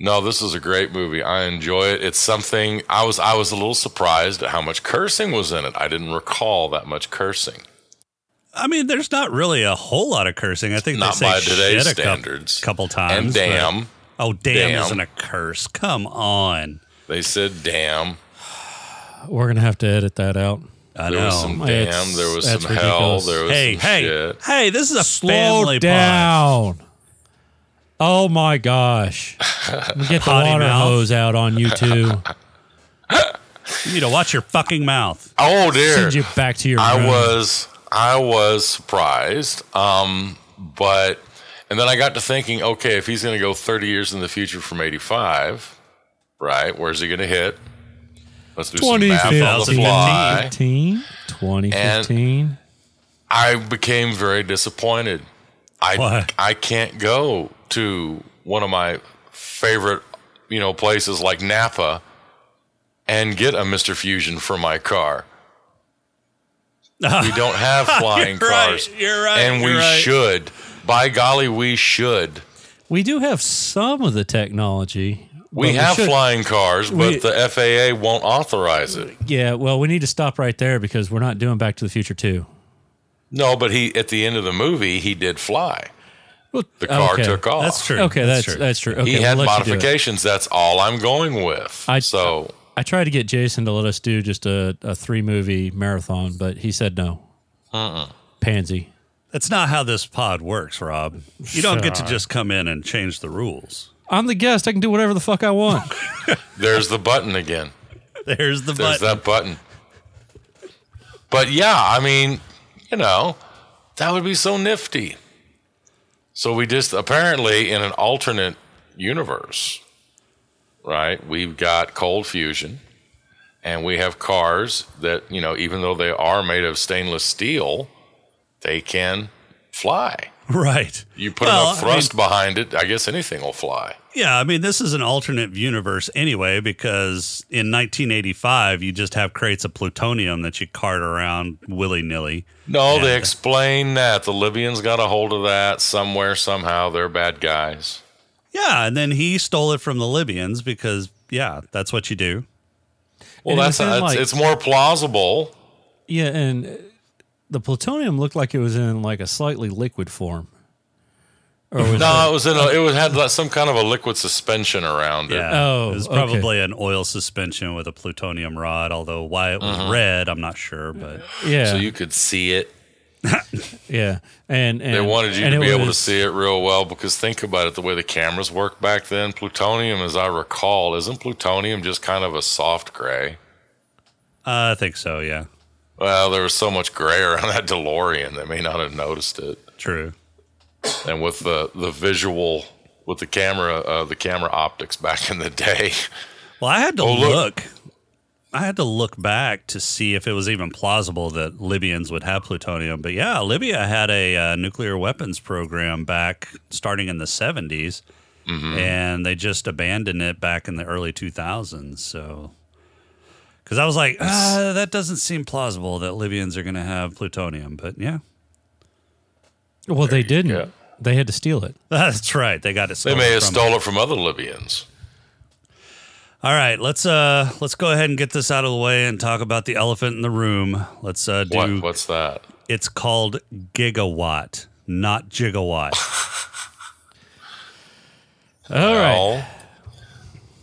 Speaker 5: No, this is a great movie. I enjoy it. It's something I was I was a little surprised at how much cursing was in it. I didn't recall that much cursing.
Speaker 4: I mean, there's not really a whole lot of cursing. I think
Speaker 5: Not
Speaker 4: they say
Speaker 5: by today's
Speaker 4: shit a cou-
Speaker 5: standards.
Speaker 4: couple times.
Speaker 5: And
Speaker 4: but-
Speaker 5: damn.
Speaker 4: oh, damn,
Speaker 5: Damn.
Speaker 4: isn't a curse. Come on.
Speaker 5: They said damn.
Speaker 6: We're gonna have to edit that out.
Speaker 4: I
Speaker 5: There
Speaker 4: know.
Speaker 5: was some
Speaker 6: it's-
Speaker 5: damn. There was some
Speaker 6: that's
Speaker 5: hell.
Speaker 6: ridiculous.
Speaker 5: There was
Speaker 4: hey,
Speaker 5: some
Speaker 4: hey,
Speaker 5: shit.
Speaker 4: hey! This is a
Speaker 6: Slow
Speaker 4: family pod.
Speaker 6: down. Oh my gosh. Get the
Speaker 4: Potty
Speaker 6: water
Speaker 4: mouth.
Speaker 6: hose out on you two.
Speaker 4: You need to watch your fucking mouth.
Speaker 5: Oh dear.
Speaker 6: Send you back to your
Speaker 5: I
Speaker 6: room.
Speaker 5: was I was surprised, um, but and then I got to thinking, okay, if he's going to go 30 years in the future from 85, right? Where's he going to hit? Let's do some math on the
Speaker 4: 2015.
Speaker 5: fly.
Speaker 6: 2015. 2015.
Speaker 5: I became very disappointed. I
Speaker 4: Why?
Speaker 5: I can't go to one of my favorite, you know, places like Napa and get a Mr. Fusion for my car. we don't have flying
Speaker 4: You're right,
Speaker 5: cars.
Speaker 4: you're right,
Speaker 5: And we
Speaker 4: you're right.
Speaker 5: should. By golly, we should.
Speaker 6: We do have some of the technology.
Speaker 5: We
Speaker 6: but
Speaker 5: have
Speaker 6: should-
Speaker 5: flying cars, but
Speaker 6: we-
Speaker 5: the FAA won't authorize it.
Speaker 6: Yeah, well, we need to stop right there because we're not doing Back to the Future 2.
Speaker 5: No, but he at the end of the movie he did fly.
Speaker 6: Well,
Speaker 5: The car
Speaker 6: okay.
Speaker 5: took off.
Speaker 4: That's true.
Speaker 6: Okay, that's
Speaker 4: That's
Speaker 6: that's true.
Speaker 4: true.
Speaker 6: Okay,
Speaker 5: He
Speaker 6: we'll
Speaker 5: had
Speaker 6: let you do it.
Speaker 5: modifications. That's all I'm going with.
Speaker 6: I-
Speaker 5: so
Speaker 6: I tried to get Jason to let us do just a, a three movie marathon, but he said no.
Speaker 5: Uh-uh.
Speaker 6: Pansy.
Speaker 4: That's not how this pod works, Rob. You don't get to just come in and change the rules.
Speaker 6: I'm the guest. I can do whatever the fuck I want.
Speaker 5: there's the button again.
Speaker 4: There's the
Speaker 5: There's
Speaker 4: button.
Speaker 5: that button. But yeah, I mean, you know, that would be so nifty. So we just apparently in an alternate universe, right? We've got cold fusion and we have cars that, you know, even though they are made of stainless steel, they can fly.
Speaker 4: Right.
Speaker 5: You put
Speaker 4: Well,
Speaker 5: enough
Speaker 4: I mean-
Speaker 5: thrust behind it, I guess anything will fly.
Speaker 4: Yeah, I mean, this is an alternate universe anyway, because in 1985, you just have crates of plutonium that you cart around willy nilly.
Speaker 5: No, they explain that. The Libyans got a hold of that somewhere, somehow. They're bad guys.
Speaker 4: Yeah, and then he stole it from the Libyans because, yeah, that's what you do.
Speaker 5: Well,
Speaker 6: And it
Speaker 5: that's
Speaker 6: was in,
Speaker 5: it's,
Speaker 6: like-
Speaker 5: it's more plausible.
Speaker 6: yeah, and uh, the plutonium looked like it was in like a slightly liquid form. Or was
Speaker 5: No, it was in a, it was had like some kind of a liquid suspension around it.
Speaker 4: Yeah.
Speaker 6: Oh,
Speaker 4: it was
Speaker 6: okay.
Speaker 4: probably an oil suspension with a plutonium rod, although why it was
Speaker 6: Uh-huh.
Speaker 4: red, I'm not sure, but
Speaker 6: it, yeah,
Speaker 5: So you could see it.
Speaker 6: yeah, and, and
Speaker 5: They wanted you
Speaker 6: and
Speaker 5: to
Speaker 6: it
Speaker 5: be able to
Speaker 6: was-
Speaker 5: see it real well because think about it, the way the cameras worked back then, plutonium, as I recall, isn't plutonium just kind of a soft gray?
Speaker 4: uh, I think so, yeah.
Speaker 5: Well, there was so much gray around that DeLorean, they may not have noticed it.
Speaker 4: True.
Speaker 5: and with the the visual with the camera uh, the camera optics back in the day
Speaker 4: Well, I had to
Speaker 5: Oh,
Speaker 4: look.
Speaker 5: look.
Speaker 4: I had to look back to see if it was even plausible that Libyans would have plutonium. But yeah, Libya had a uh, nuclear weapons program back starting in the 70s,
Speaker 5: Mm-hmm.
Speaker 4: and they just abandoned it back in the early 2000s. So, because I was like, ah, that doesn't seem plausible that Libyans are going to have plutonium. But yeah,
Speaker 6: Well, they didn't.
Speaker 5: go.
Speaker 6: They had to steal it.
Speaker 4: that's right. They got it
Speaker 5: they
Speaker 4: stolen.
Speaker 5: may have
Speaker 4: from
Speaker 5: stole it from other libyans
Speaker 4: All right, let's uh let's go ahead and get this out of the way and talk about the elephant in the room. Let's uh do
Speaker 5: what what's that
Speaker 4: It's called gigawatt, not gigawatt.
Speaker 6: All right.
Speaker 5: Well,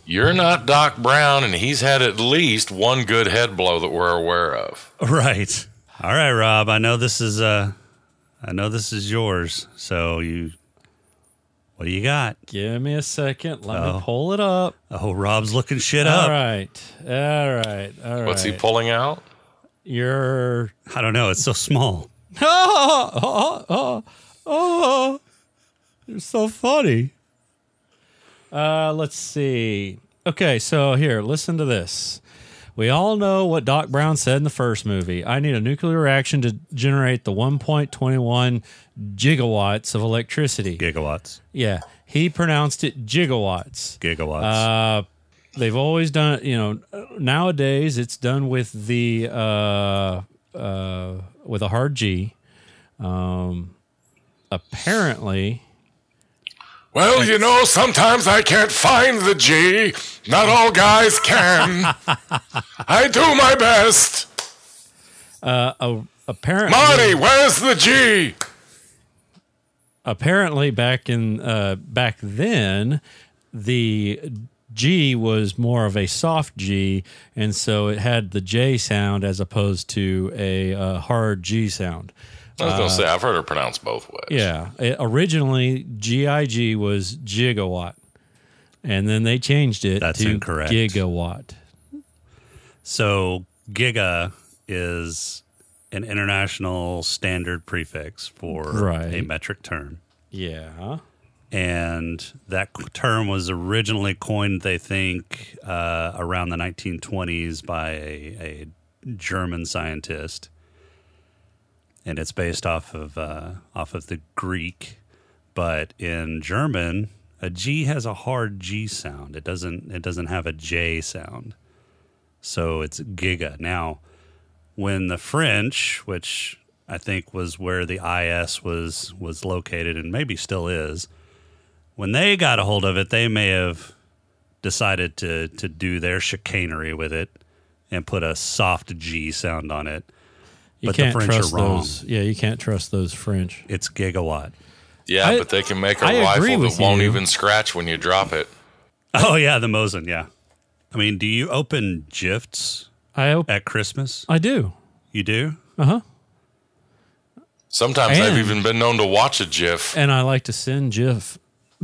Speaker 5: you're not doc brown and he's had at least one good head blow that we're aware of
Speaker 4: right. All right, Rob. I know this is uh I know this is yours. So you what do you got?
Speaker 6: Give me a second. Let
Speaker 4: Oh.
Speaker 6: me pull it up.
Speaker 4: Oh, Rob's looking shit up.
Speaker 6: All right. All right. All right.
Speaker 5: what's he pulling out
Speaker 6: You're
Speaker 4: I don't know, it's so small.
Speaker 6: oh, oh, oh, oh. You're so funny. Uh, let's see. Okay, so here, listen to this. We all know what Doc Brown said in the first movie. I need a nuclear reaction to generate the 1.21 gigawatts of electricity.
Speaker 4: Gigawatts.
Speaker 6: Yeah, he pronounced it gigawatts.
Speaker 4: Gigawatts.
Speaker 6: Uh, they've always done, you know, nowadays it's done with the uh, uh, with a hard G. Um, apparently,
Speaker 5: well you know sometimes i can't find the g not all guys can i do my best
Speaker 6: uh, apparently,
Speaker 5: where's the g
Speaker 6: apparently back in uh, back then, the G was more of a soft G, and so it had the J sound as opposed to a uh, hard G sound.
Speaker 5: i was gonna say i've heard it pronounced both ways
Speaker 6: Yeah. It, originally, GIG was gigawatt, and then they changed it
Speaker 4: That's
Speaker 6: to
Speaker 4: incorrect.
Speaker 6: gigawatt.
Speaker 4: so giga is an international standard prefix for
Speaker 6: Right.
Speaker 4: a metric term.
Speaker 6: Yeah.
Speaker 4: and that c- term was originally coined, they think, uh, around the 1920s by a, a German scientist, and it's based off of uh, off of the Greek. But in German, a G has a hard G sound. It doesn't. It doesn't have a J sound. So it's giga now when the French, which I think was where the IS was was located and maybe still is, when they got a hold of it, they may have decided to to do their chicanery with it and put a soft G sound on it.
Speaker 6: You
Speaker 4: But the
Speaker 6: can't
Speaker 4: French are
Speaker 6: trust
Speaker 4: wrong.
Speaker 6: those. Yeah, you can't trust those French.
Speaker 4: It's gigawatt.
Speaker 5: Yeah,
Speaker 6: I-
Speaker 5: but they can make a
Speaker 6: I agree
Speaker 5: rifle that
Speaker 6: with
Speaker 5: won't
Speaker 6: you.
Speaker 5: even scratch when you drop it.
Speaker 4: Oh yeah, the Mosin. Yeah. I mean, do you open gifts
Speaker 6: I op-
Speaker 4: at Christmas?
Speaker 6: I do.
Speaker 4: You do.
Speaker 6: Uh huh.
Speaker 5: Sometimes I've
Speaker 6: And-
Speaker 5: even been known to watch a GIF.
Speaker 6: And I like to send GIF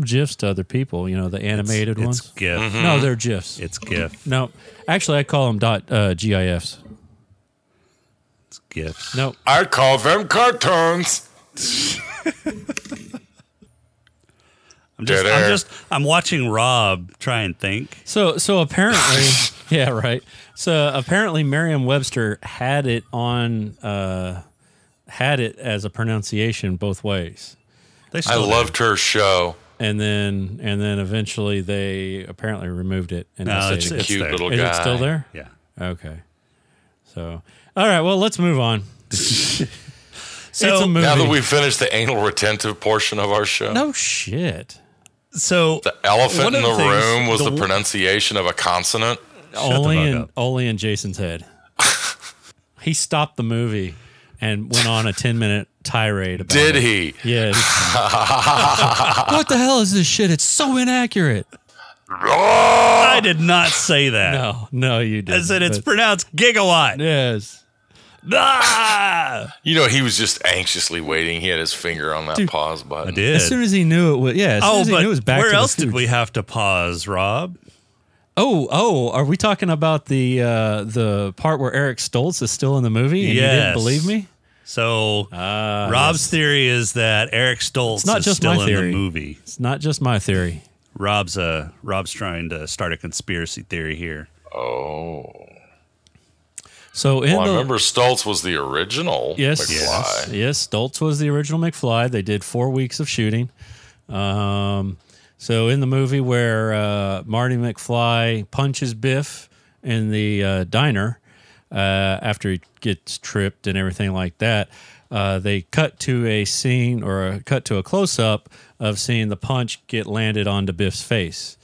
Speaker 6: GIFs to other people. You know the animated
Speaker 4: it's
Speaker 6: ones.
Speaker 4: GIF.
Speaker 5: Mm-hmm.
Speaker 6: No, they're GIFs.
Speaker 4: It's GIF.
Speaker 6: no, actually, I call them dot uh, GIFs.
Speaker 4: It's GIFs.
Speaker 6: No,
Speaker 5: I call them cartoons.
Speaker 4: I'm just,
Speaker 5: Dead
Speaker 4: I'm
Speaker 5: air.
Speaker 4: just, I'm watching Rob try and think.
Speaker 6: So so apparently, yeah, right. So apparently, Merriam-Webster had it on uh, had it as a pronunciation both ways,
Speaker 4: They
Speaker 5: I
Speaker 4: still
Speaker 5: loved her show.
Speaker 6: and then and then eventually they apparently removed it. And
Speaker 4: No,
Speaker 6: just
Speaker 4: it's-
Speaker 6: said
Speaker 4: it's
Speaker 5: Cute
Speaker 4: there.
Speaker 5: little
Speaker 6: it. is
Speaker 5: guy.
Speaker 6: it still there?
Speaker 4: Yeah.
Speaker 6: Okay. So all right, well, let's move on. it's a
Speaker 4: So,
Speaker 6: movie.
Speaker 5: Now that we've finished the anal retentive portion of our show,
Speaker 6: no shit.
Speaker 4: so
Speaker 5: the elephant
Speaker 4: One
Speaker 5: in
Speaker 4: of
Speaker 5: the,
Speaker 4: the things-
Speaker 5: room was
Speaker 4: the
Speaker 5: the,
Speaker 4: w-
Speaker 5: pronunciation of a consonant.
Speaker 6: only
Speaker 4: fuck
Speaker 6: in
Speaker 4: up.
Speaker 6: only in Jason's head. he stopped the movie and went on a ten minute tirade. About
Speaker 5: Did
Speaker 6: it.
Speaker 5: he?
Speaker 6: Yeah. what the hell is this shit? It's so inaccurate.
Speaker 5: oh.
Speaker 4: I did not say that.
Speaker 6: No, Oh, no, you didn't.
Speaker 4: I said it's
Speaker 6: but-
Speaker 4: pronounced gigawatt.
Speaker 6: yes.
Speaker 4: Ah!
Speaker 5: You know, he was just anxiously waiting. He had his finger on that pause button.
Speaker 4: I did.
Speaker 6: As soon as he knew it was, yeah. As soon
Speaker 4: oh,
Speaker 6: as he
Speaker 4: but
Speaker 6: knew it was back
Speaker 4: where
Speaker 6: to the
Speaker 4: else did
Speaker 6: Future.
Speaker 4: we have to pause, Rob?
Speaker 6: Oh, oh, are we talking about the uh, the part where Eric Stoltz is still in the movie and you
Speaker 4: Yes.
Speaker 6: didn't believe me?
Speaker 4: So Rob's theory is that Eric Stoltz
Speaker 6: Ah, not
Speaker 4: is
Speaker 6: just
Speaker 4: still
Speaker 6: my
Speaker 4: in the
Speaker 6: theory.
Speaker 4: movie.
Speaker 6: It's not just my theory.
Speaker 4: Rob's uh Rob's trying to start a conspiracy theory here.
Speaker 5: Oh.
Speaker 6: So in
Speaker 5: Well, I
Speaker 6: the
Speaker 5: remember Stoltz was the original.
Speaker 6: uh, Yes,
Speaker 5: McFly.
Speaker 6: yes, yes. Stoltz was the original McFly. They did four weeks of shooting. Um, so in the movie where uh, Marty McFly punches Biff in the uh, diner uh, after he gets tripped and everything like that, uh, they cut to a scene or a cut to a close up of seeing the punch get landed onto Biff's face.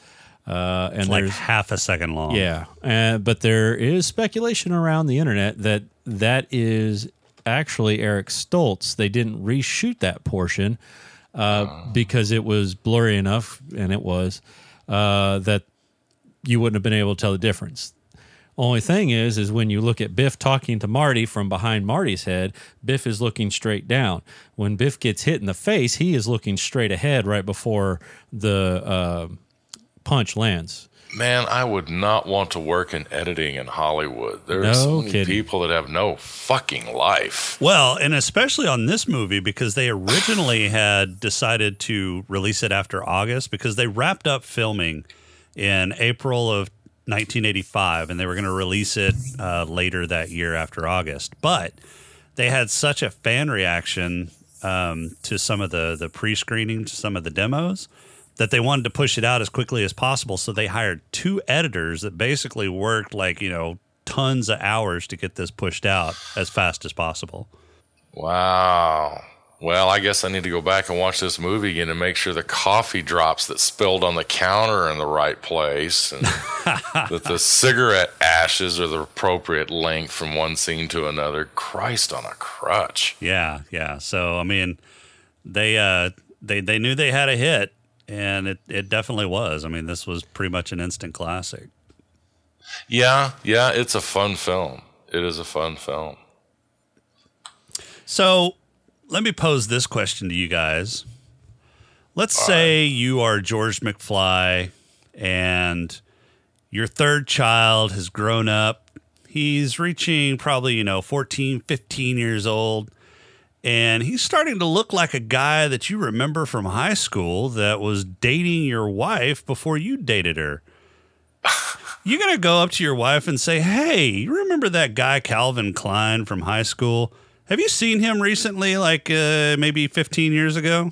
Speaker 6: Uh, and
Speaker 4: It's like
Speaker 6: there's
Speaker 4: half a second long.
Speaker 6: yeah, uh, but there is speculation around the internet that that is actually Eric Stoltz. They didn't reshoot that portion uh, because it was blurry enough, and it was uh, that you wouldn't have been able to tell the difference. Only thing is, is when you look at Biff talking to Marty from behind Marty's head, Biff is looking straight down. When Biff gets hit in the face, he is looking straight ahead right before the uh, punch lands.
Speaker 5: Man, I would not want to work in editing in Hollywood. There are so
Speaker 6: No
Speaker 5: many
Speaker 6: kidding.
Speaker 5: people that have no fucking life.
Speaker 4: Well, and especially on this movie because they originally had decided to release it after August because they wrapped up filming in April of 1985 and they were going to release it uh, later that year after August. But they had such a fan reaction um, to some of the, the pre screening, to some of the demos, that they wanted to push it out as quickly as possible. So they hired two editors that basically worked like, you know, tons of hours to get this pushed out as fast as possible.
Speaker 5: Wow. Well, I guess I need to go back and watch this movie again and make sure the coffee drops that spilled on the counter are in the right place and that the cigarette ashes are the appropriate length from one scene to another. Christ on a crutch.
Speaker 4: Yeah, yeah. So I mean, they uh they they knew they had a hit and it it definitely was. I mean, this was pretty much an instant classic.
Speaker 5: Yeah, yeah, it's a fun film. It is a fun film.
Speaker 4: So, let me pose this question to you guys. Let's say you are George McFly and your third child has grown up. He's reaching probably, you know, 14, 15 years old. And he's starting to look like a guy that you remember from high school that was dating your wife before you dated her. You're going to go up to your wife and say, Hey, you remember that guy, Calvin Klein from high school? Have you seen him recently, like uh, maybe 15 years ago?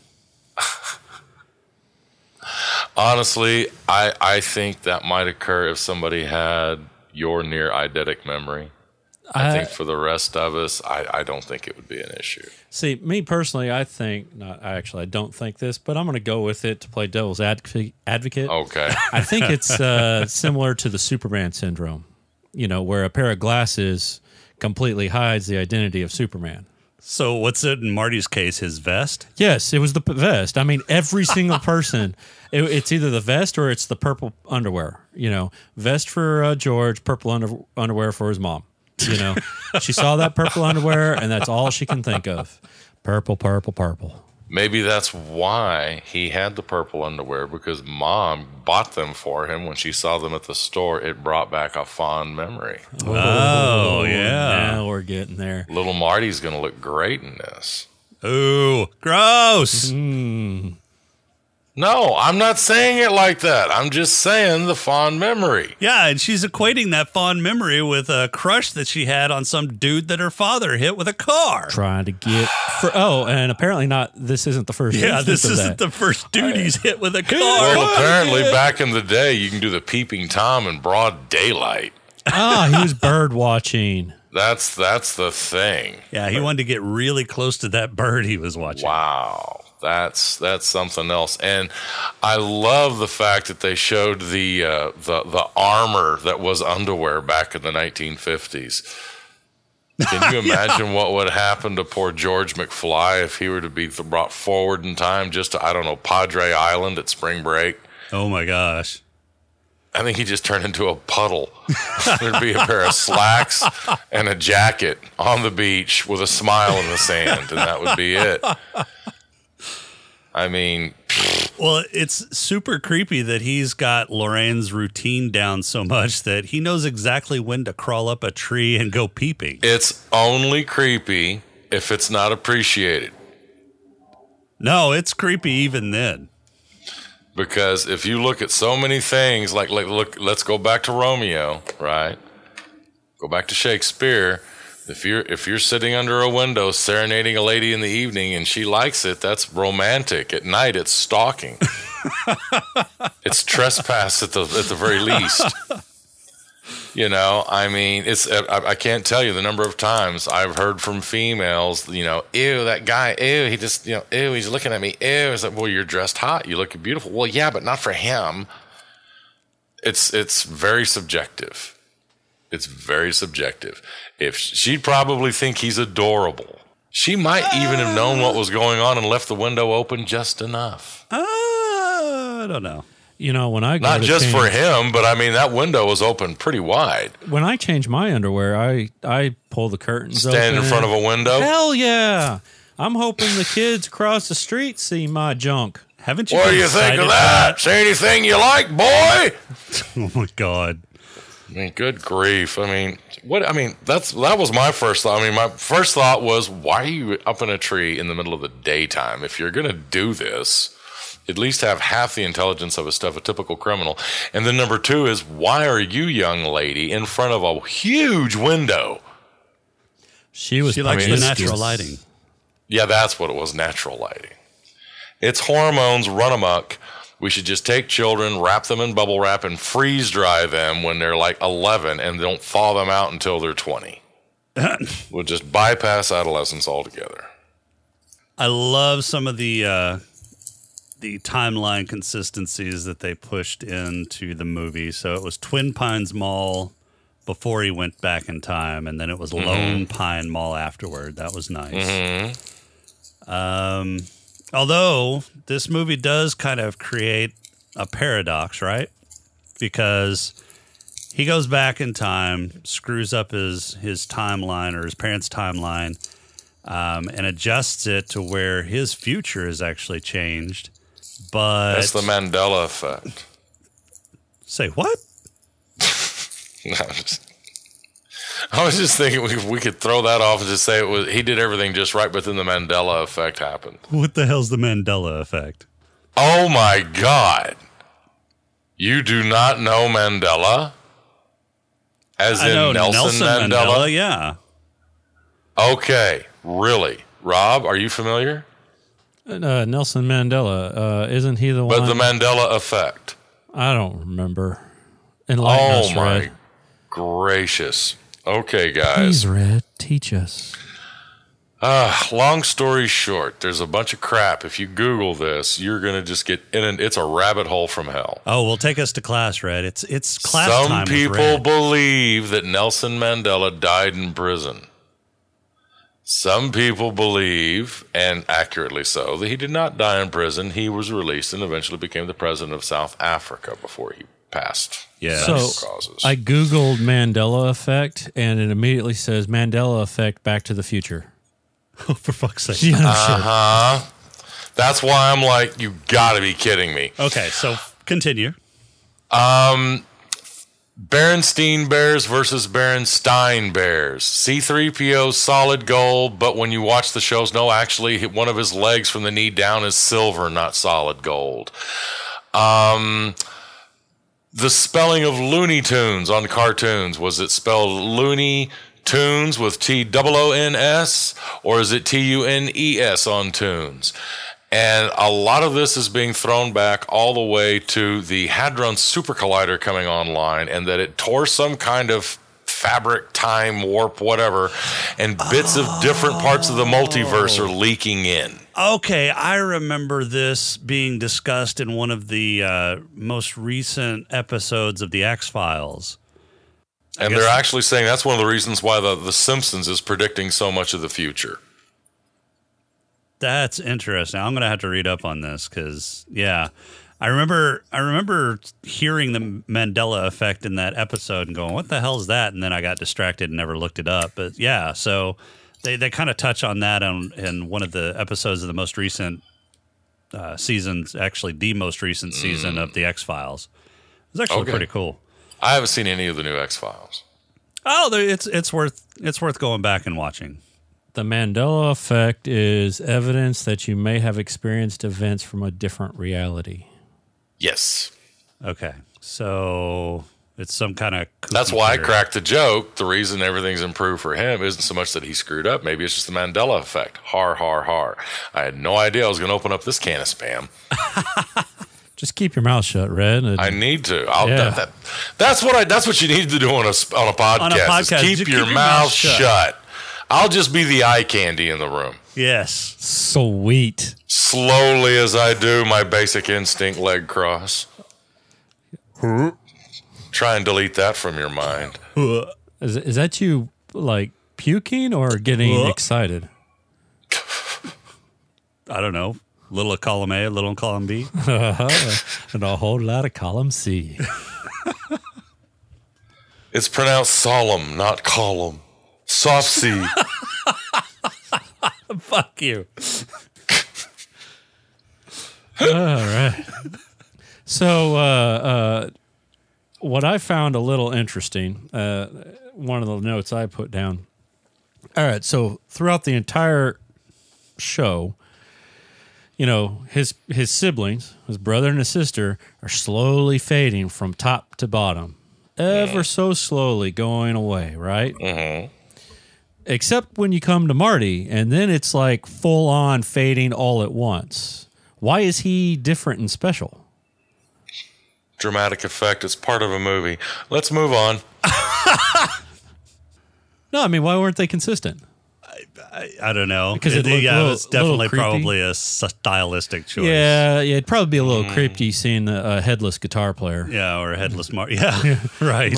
Speaker 5: Honestly, I, I think that might occur if somebody had your near eidetic memory. I think for the rest of us, I, I don't think it would be an issue.
Speaker 6: See, me personally, I think not. Actually, I don't think this, but I'm going to go with it to play devil's adv- advocate.
Speaker 5: Okay.
Speaker 6: I think it's uh, similar to the Superman syndrome, you know, where a pair of glasses completely hides the identity of Superman.
Speaker 4: So what's it in Marty's case? His vest.
Speaker 6: Yes, it was the p- vest. I mean, every single person. It, it's either the vest or it's the purple underwear. You know, vest for uh, George, purple under, underwear for his mom. You know, she saw that purple underwear, and that's all she can think of. Purple, purple, purple.
Speaker 5: Maybe that's why he had the purple underwear because mom bought them for him when she saw them at the store. It brought back a fond memory.
Speaker 4: Oh, yeah.
Speaker 6: Now we're getting there.
Speaker 5: Little Marty's going to look great in this.
Speaker 4: Ooh, gross.
Speaker 5: No, I'm not saying it like that. I'm just saying the fond memory.
Speaker 4: Yeah, and she's equating that fond memory with a crush that she had on some dude that her father hit with a car.
Speaker 6: Trying to get. For, oh, and apparently not. This isn't the first.
Speaker 4: Yeah,
Speaker 6: instance
Speaker 4: this
Speaker 6: of
Speaker 4: isn't
Speaker 6: that.
Speaker 4: the first dude he's hit with a car.
Speaker 5: Well, apparently, back in the day, you can do the peeping Tom in broad daylight.
Speaker 6: Ah, he was bird watching.
Speaker 5: That's that's the thing.
Speaker 4: yeah, he wanted to get really close to that bird he was watching.
Speaker 5: Wow, that's that's something else. And I love the fact that they showed the uh, the the armor that was underwear back in the 1950s. Can you imagine what would happen to poor George McFly if he were to be th- brought forward in time just to I don't know Padre Island at spring break?
Speaker 4: Oh my gosh.
Speaker 5: I think he just turned into a puddle. There'd be a pair of slacks and a jacket on the beach with a smile in the sand, and that would be it. I mean,
Speaker 4: Well, it's super creepy that he's got Lorraine's routine down so much that he knows exactly when to crawl up a tree and go peeping.
Speaker 5: it's only creepy if it's not appreciated.
Speaker 4: No, it's creepy even then.
Speaker 5: Because if you look at so many things, like, like look, let's go back to Romeo, right? Go back to Shakespeare. If you're if you're sitting under a window serenading a lady in the evening and she likes it, that's romantic. At night, it's stalking. it's trespass at the at the very least. You know, I mean, it's uh, I, I can't tell you the number of times I've heard from females, you know, ew, that guy, ew, he just, you know, ew, he's looking at me, ew. It's like, well, you're dressed hot, you look beautiful. Well, yeah, but not for him. It's it's very subjective. It's very subjective. If she'd probably think he's adorable, she might even have known what was going on and left the window open just enough.
Speaker 4: Uh, I don't know.
Speaker 6: You know, when I go
Speaker 5: Not
Speaker 6: to
Speaker 5: just
Speaker 6: change-
Speaker 5: for him, but I mean that window was open pretty wide.
Speaker 6: when I change my underwear, I I pull the curtains.
Speaker 5: Stand in
Speaker 6: open.
Speaker 5: front of a window.
Speaker 6: Hell yeah! I'm hoping the kids across the street see my junk.
Speaker 4: Haven't you?
Speaker 5: What do
Speaker 4: been
Speaker 5: you think
Speaker 4: excited
Speaker 5: of that? Say anything you like, boy. I
Speaker 4: Oh my god.
Speaker 5: mean, good grief. I mean, what? I mean, that's that was my first thought. I mean, my first thought was, why are you up in a tree in the middle of the daytime? If you're gonna do this, at least have half the intelligence of a stuff a typical criminal. And then number two is, why are you, young lady, in front of a huge window?
Speaker 6: She was.
Speaker 4: She likes
Speaker 5: mean,
Speaker 4: the
Speaker 5: it's
Speaker 4: natural
Speaker 5: just-
Speaker 4: lighting.
Speaker 5: Yeah, that's what it was natural lighting. It's hormones run amok. We should just take children, wrap them in bubble wrap, and freeze dry them when they're like 11 and don't thaw them out until they're 20. we'll just bypass adolescence altogether.
Speaker 4: I love some of the uh, the timeline consistencies that they pushed into the movie. So it was Twin Pines Mall before he went back in time, and then it
Speaker 5: Mm-hmm.
Speaker 4: was Lone Pine Mall afterward. That was nice.
Speaker 5: Mm-hmm.
Speaker 4: Um, although this movie does kind of create a paradox, right? Because he goes back in time, screws up his his timeline or his parents' timeline, um, and adjusts it to where his future is actually changed. But
Speaker 5: That's the Mandela effect.
Speaker 4: say what?
Speaker 5: No, I'm just- I was just thinking we, we could throw that off and just say it was he did everything just right, but then the Mandela effect happened.
Speaker 4: What the hell's the Mandela effect?
Speaker 5: Oh my God. You do not know Mandela? As in Nelson, Mandela?
Speaker 4: Yeah,
Speaker 5: Okay, really? Rob, are you familiar?
Speaker 6: uh, Nelson Mandela. Uh, isn't he the
Speaker 5: But
Speaker 6: one?
Speaker 5: the Mandela effect.
Speaker 6: I don't remember. Enlighten
Speaker 5: Oh
Speaker 6: us,
Speaker 5: my
Speaker 6: Red.
Speaker 5: gracious. Okay, guys.
Speaker 6: Please, Red, teach us.
Speaker 5: Ah, long story short, there's a bunch of crap. If you Google this, you're going to just get in and it's a rabbit hole from hell.
Speaker 4: Oh, well, take us to class, Red. It's it's class
Speaker 5: Some
Speaker 4: time. with
Speaker 5: people
Speaker 4: Red.
Speaker 5: believe that Nelson Mandela died in prison. Some people believe, and accurately so, that he did not die in prison. He was released and eventually became the president of South Africa before he passed.
Speaker 4: Yeah.
Speaker 6: So
Speaker 5: Natural causes.
Speaker 6: I googled Mandela effect, and it immediately says Mandela effect Back to the Future.
Speaker 4: Oh, for fuck's sake.
Speaker 6: Yeah, sure.
Speaker 5: Uh-huh. That's why I'm like, you gotta be kidding me.
Speaker 4: Okay, so continue.
Speaker 5: Berenstein Bears versus Berenstein Bears. C3PO 's solid gold, but when you watch the shows, no, actually, one of his legs from the knee down is silver, not solid gold. Um, the spelling of Looney Tunes on cartoons was it spelled Looney Tunes with T O O N S, or is it T U N E S on tunes? And a lot of this is being thrown back all the way to the Hadron Super Collider coming online, and that it tore some kind of fabric, time warp, whatever, and bits of different parts of the multiverse are leaking in.
Speaker 4: Okay, I remember this being discussed in one of the uh, most recent episodes of the X Files.
Speaker 5: And
Speaker 4: guess-
Speaker 5: they're actually saying that's one of the reasons why the, the Simpsons is predicting so much of the future.
Speaker 4: That's interesting. I'm gonna have to read up on this because yeah, I remember I remember hearing the Mandela effect in that episode and going, "What the hell is that?" And then I got distracted and never looked it up. But yeah, so they they kind of touch on that on in one of the episodes of the most recent uh, seasons, actually the most recent season of the X Files. It's actually
Speaker 5: Mm. Okay.
Speaker 4: pretty cool.
Speaker 5: I haven't seen any of the new X Files.
Speaker 4: Oh, there- it's it's worth it's worth going back and watching.
Speaker 6: The Mandela effect is evidence that you may have experienced events from a different reality.
Speaker 5: Yes.
Speaker 4: Okay, so it's some kind of
Speaker 5: That's why I cracked the joke. The reason everything's improved for him isn't so much that he screwed up. Maybe it's just the Mandela effect. Har, har, har. I had no idea I was going to open up this can of spam.
Speaker 6: Just keep your mouth shut, Red. and-
Speaker 5: I need to. I'll,
Speaker 6: Yeah.
Speaker 5: that, that- that's what I. That's what you need to do on a s- on a podcast.
Speaker 4: On a
Speaker 5: is
Speaker 4: podcast,
Speaker 5: keep,
Speaker 4: you
Speaker 5: your, mouth, shut. I'll just be the eye candy in the room.
Speaker 4: Yes.
Speaker 6: Sweet.
Speaker 5: Slowly as I do my basic instinct leg cross. Hmm? Try and delete that from your mind.
Speaker 6: Is, is that you like puking or getting
Speaker 4: Uh.
Speaker 6: excited?
Speaker 4: I don't know, little of column A, little in column B.
Speaker 6: And a whole lot of column C.
Speaker 5: It's pronounced solemn, not column. Soft C.
Speaker 4: Fuck you.
Speaker 6: So, uh, uh, what I found a little interesting, uh, one of the notes I put down. All right, so throughout the entire show, you know his his siblings, his brother and his sister, are slowly fading from top to bottom, ever so slowly going away, right? Mm-hmm. Except when you come to Marty, and then it's like full on fading all at once. Why is he different and special?
Speaker 5: Dramatic effect. It's part of a movie. Let's move on.
Speaker 6: No, I mean, why weren't they consistent?
Speaker 4: I don't know
Speaker 6: Because it looked
Speaker 4: yeah,
Speaker 6: little-
Speaker 4: it's definitely
Speaker 6: little creepy.
Speaker 4: probably a stylistic choice.
Speaker 6: Yeah, yeah, it'd probably be a little creepy seeing a, a headless guitar player.
Speaker 4: Yeah, or a headless mark. Yeah, right.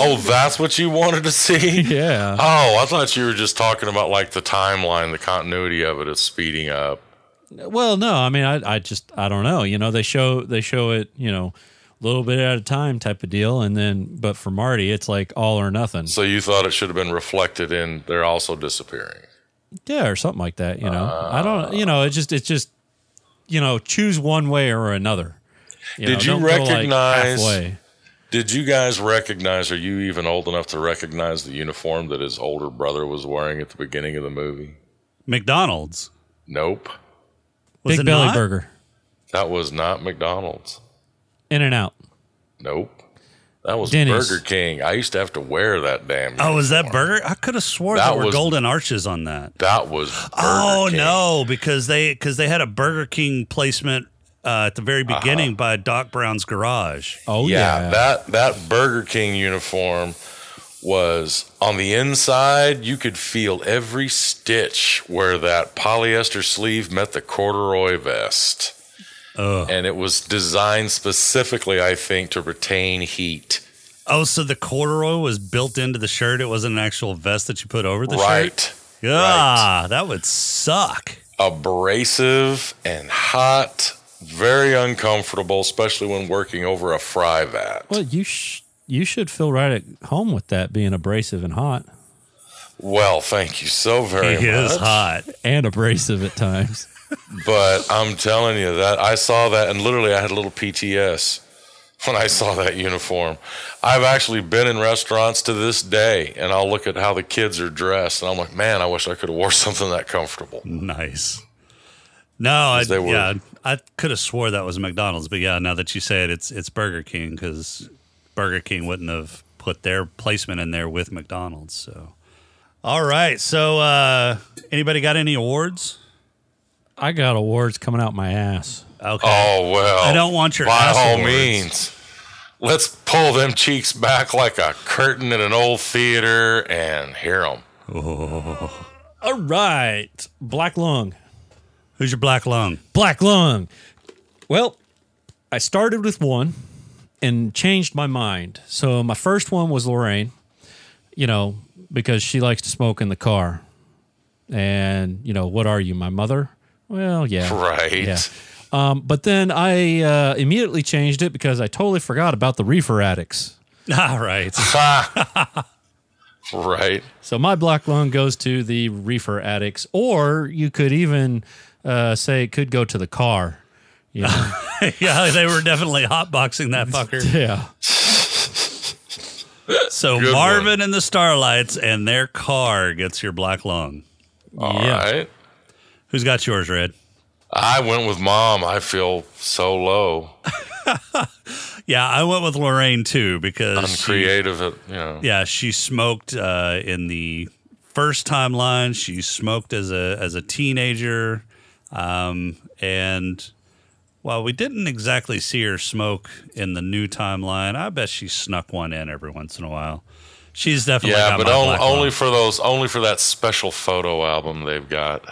Speaker 5: Oh, that's what you wanted to see?
Speaker 6: Yeah.
Speaker 5: Oh, I thought you were just talking about like the timeline, the continuity of it is speeding up.
Speaker 6: Well, no, I mean, I, I just, I don't know. You know, they show, they show it, you know, a little bit at a time type of deal, and then, but for Marty, it's like all or nothing.
Speaker 5: So you thought it should have been reflected in they're also disappearing.
Speaker 6: Yeah, or something like that. You know, I don't, you know, it just, it's just, you know, choose one way or another.
Speaker 5: Did you
Speaker 6: don't go, like,
Speaker 5: recognize-
Speaker 6: halfway.
Speaker 5: Did you guys recognize? Are you even old enough to recognize the uniform that his older brother was wearing at the beginning of the movie?
Speaker 4: McDonald's.
Speaker 5: Nope.
Speaker 4: Was
Speaker 6: Big
Speaker 4: it
Speaker 6: Belly
Speaker 4: not?
Speaker 6: Burger,
Speaker 5: That was not McDonald's.
Speaker 6: In and Out.
Speaker 5: Nope. That was
Speaker 6: Denny's.
Speaker 5: Burger King. I used to have to wear that damn.
Speaker 4: Oh, is that
Speaker 5: uniform.
Speaker 4: burger? I could have swore
Speaker 5: That
Speaker 4: there were
Speaker 5: was-
Speaker 4: golden arches on that.
Speaker 5: That was. Burger
Speaker 4: oh
Speaker 5: King.
Speaker 4: no, because they because they had a Burger King placement uh, at the very
Speaker 5: Uh-huh.
Speaker 4: beginning by Doc Brown's garage.
Speaker 6: Oh
Speaker 5: yeah,
Speaker 6: yeah,
Speaker 5: that that Burger King uniform was on the inside. You could feel every stitch where that polyester sleeve met the corduroy vest, and it was designed specifically, I think, to retain heat.
Speaker 4: Oh, so the corduroy was built into the shirt. It wasn't an actual vest that you put over the shirt.
Speaker 5: right.
Speaker 4: Ah, that would suck.
Speaker 5: abrasive and hot, very uncomfortable, especially when working over a fry vat.
Speaker 6: Well, you sh- you should feel right at home with that being abrasive and hot
Speaker 5: Well, thank you so very
Speaker 4: he
Speaker 5: much.
Speaker 4: is hot.
Speaker 6: and abrasive at times.
Speaker 5: But I'm telling you that I saw that and literally I had a little PTS when I saw that uniform. I've actually been in restaurants to this day and I'll look at how the kids are dressed and I'm like, man, I wish I could have wore something that comfortable.
Speaker 4: Nice. No, I,
Speaker 5: they were-
Speaker 4: yeah, I could have swore that was McDonald's, but yeah, now that you say it, it's it's Burger King because Burger King wouldn't have put their placement in there with McDonald's. So, all right. So, uh, anybody got any awards?
Speaker 6: I got awards coming out my ass.
Speaker 4: Okay.
Speaker 5: Oh well.
Speaker 4: I don't want your
Speaker 5: By
Speaker 4: ass
Speaker 5: all
Speaker 4: awards.
Speaker 5: means, let's pull them cheeks back like a curtain in an old theater and hear them.
Speaker 6: All right, Black Lung.
Speaker 4: Who's your black lung?
Speaker 6: Black Lung. Well, I started with one and changed my mind. So my first one was Lorraine, you know, because she likes to smoke in the car. And, you know, what are you, my mother? Well, yeah.
Speaker 5: Right.
Speaker 6: Yeah. Um, but then I uh, immediately changed it because I totally forgot about the reefer addicts.
Speaker 4: All right.
Speaker 5: Right.
Speaker 6: So my black lung goes to the reefer addicts, or you could even uh, say it could go to the car. You know?
Speaker 4: yeah, they were definitely hotboxing that fucker.
Speaker 6: yeah.
Speaker 4: So
Speaker 5: Good one.
Speaker 4: Marvin and the Starlights and their car gets your black lung.
Speaker 5: All
Speaker 6: yeah.
Speaker 5: right.
Speaker 4: Who's got yours, Red?
Speaker 5: I went with mom. I feel so low.
Speaker 4: Yeah, I went with Lorraine too because
Speaker 5: I'm
Speaker 4: she-
Speaker 5: creative at, you know.
Speaker 4: Yeah, she smoked uh, in the first timeline. She smoked as a as a teenager, um, and while we didn't exactly see her smoke in the new timeline, I bet she snuck one in every once in a while. She's definitely
Speaker 5: Yeah,
Speaker 4: got
Speaker 5: but
Speaker 4: my
Speaker 5: on,
Speaker 4: black
Speaker 5: only
Speaker 4: lung.
Speaker 5: for those, only for that special photo album they've got.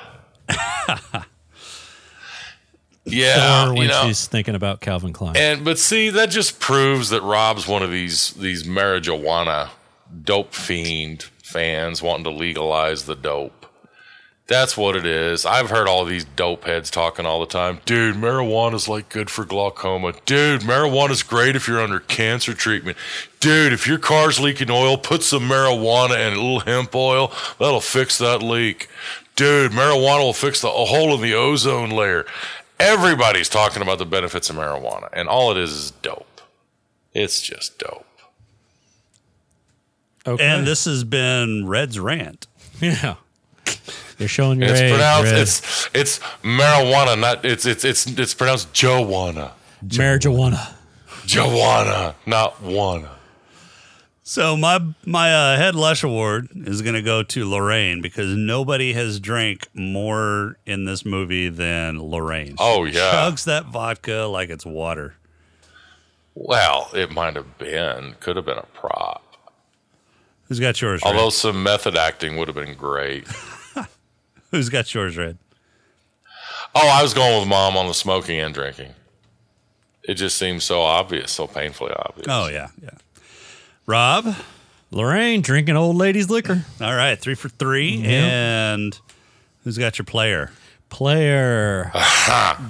Speaker 5: yeah,
Speaker 6: or when
Speaker 5: you know,
Speaker 6: she's thinking about Calvin Klein.
Speaker 5: And but see, that just proves that Rob's one of these these marijuana dope fiend fans wanting to legalize the dope. That's what it is. I've heard all these dope heads talking all the time. Dude, marijuana's like good for glaucoma. Dude, marijuana's great if you're under cancer treatment. Dude, if your car's leaking oil, put some marijuana and a little hemp oil. That'll fix that leak. Dude, marijuana will fix the a hole in the ozone layer. Everybody's talking about the benefits of marijuana, and all it is is dope. It's just dope.
Speaker 6: okay.
Speaker 4: And this has been Red's rant.
Speaker 6: yeah. You're showing your
Speaker 5: It's
Speaker 6: age.
Speaker 5: pronounced
Speaker 6: Red.
Speaker 5: it's it's marijuana, not it's it's it's it's pronounced Joanna.
Speaker 6: marijuana.
Speaker 5: Joanna, not Juana.
Speaker 4: So my my uh, head lush award is going to go to Lorraine because nobody has drank more in this movie than Lorraine.
Speaker 5: Oh yeah.
Speaker 4: chugs that vodka like it's water.
Speaker 5: Well, it might have been. Could have been a prop.
Speaker 4: Who's got yours? Red?
Speaker 5: Although some method acting would have been great.
Speaker 4: Who's got yours, Red?
Speaker 5: Oh, I was going with mom on the smoking and drinking. It just seems so obvious, so painfully obvious.
Speaker 4: Oh yeah, yeah. Rob. All
Speaker 6: Lorraine drinking old lady's liquor.
Speaker 4: right, three for 3 And who's got your player?
Speaker 6: Player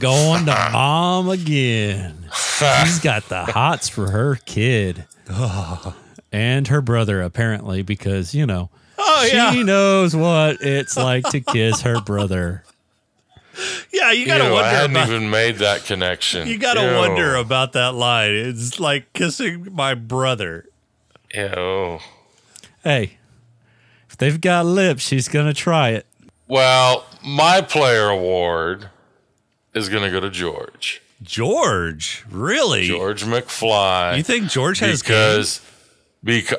Speaker 6: going to mom again. She's got the hots for her kid and her brother, apparently, because, you know, oh, she knows what it's like to kiss her brother.
Speaker 4: Yeah, you
Speaker 5: Ew,
Speaker 4: gotta
Speaker 5: I
Speaker 4: wonder
Speaker 5: hadn't
Speaker 4: about.
Speaker 5: even made that connection.
Speaker 4: you gotta
Speaker 5: Ew.
Speaker 4: wonder about that line. It's like kissing my brother.
Speaker 5: Ew.
Speaker 6: Hey, if they've got lips, she's going to try it.
Speaker 5: Well, my player award is going to go to George.
Speaker 4: George, really?
Speaker 5: George McFly.
Speaker 4: You think George has game?
Speaker 5: because because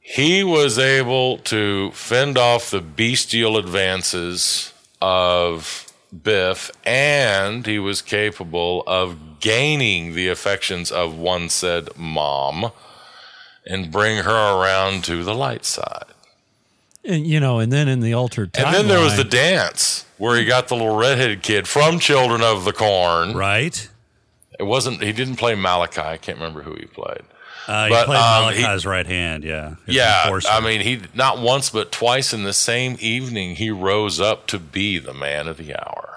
Speaker 5: he was able to fend off the bestial advances of Biff, and he was capable of gaining the affections of one said mom and bring her around to the light side.
Speaker 6: And, you know, and then in the altered timeline.
Speaker 5: And then there was the dance where he got the little redheaded kid from Children of the Corn.
Speaker 4: right?
Speaker 5: It wasn't. He didn't play Malachi. I can't remember who he played.
Speaker 4: Uh, he
Speaker 5: But,
Speaker 4: played
Speaker 5: um, he-
Speaker 4: Malachi's right hand. Yeah. His
Speaker 5: Yeah,
Speaker 4: enforcer.
Speaker 5: I mean, he not once but twice in the same evening he rose up to be the man of the hour.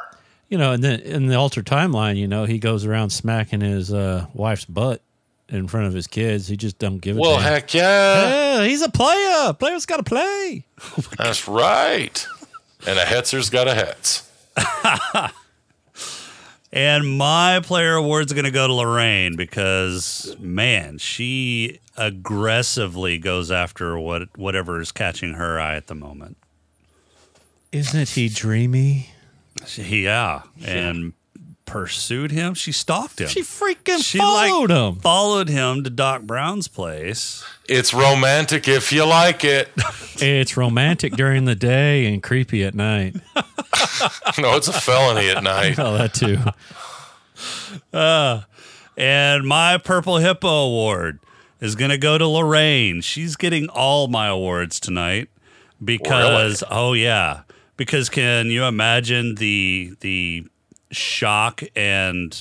Speaker 6: You know, and then in the alter timeline, you know, he goes around smacking his uh, wife's butt in front of his kids. He just don't give a
Speaker 5: Well,
Speaker 6: damn.
Speaker 5: heck yeah,
Speaker 6: Yeah, he's a player. Players got to play.
Speaker 5: that's right. And a hetzer's got a hetz.
Speaker 4: And my player award's going to go to Lorraine because, man, she aggressively goes after what whatever is catching her eye at the moment.
Speaker 6: Isn't he dreamy?
Speaker 4: She, yeah, and pursued him. She stalked him.
Speaker 6: She freaking
Speaker 4: She, like,
Speaker 6: followed him.
Speaker 4: followed him to Doc Brown's place.
Speaker 5: It's romantic if you like it.
Speaker 6: It's romantic during the day and creepy at night.
Speaker 5: No, it's a felony at night.
Speaker 6: Oh, that too.
Speaker 4: And my Purple Hippo Award is going to go to Lorraine. She's getting all my awards tonight because oh yeah, because can you imagine the the shock and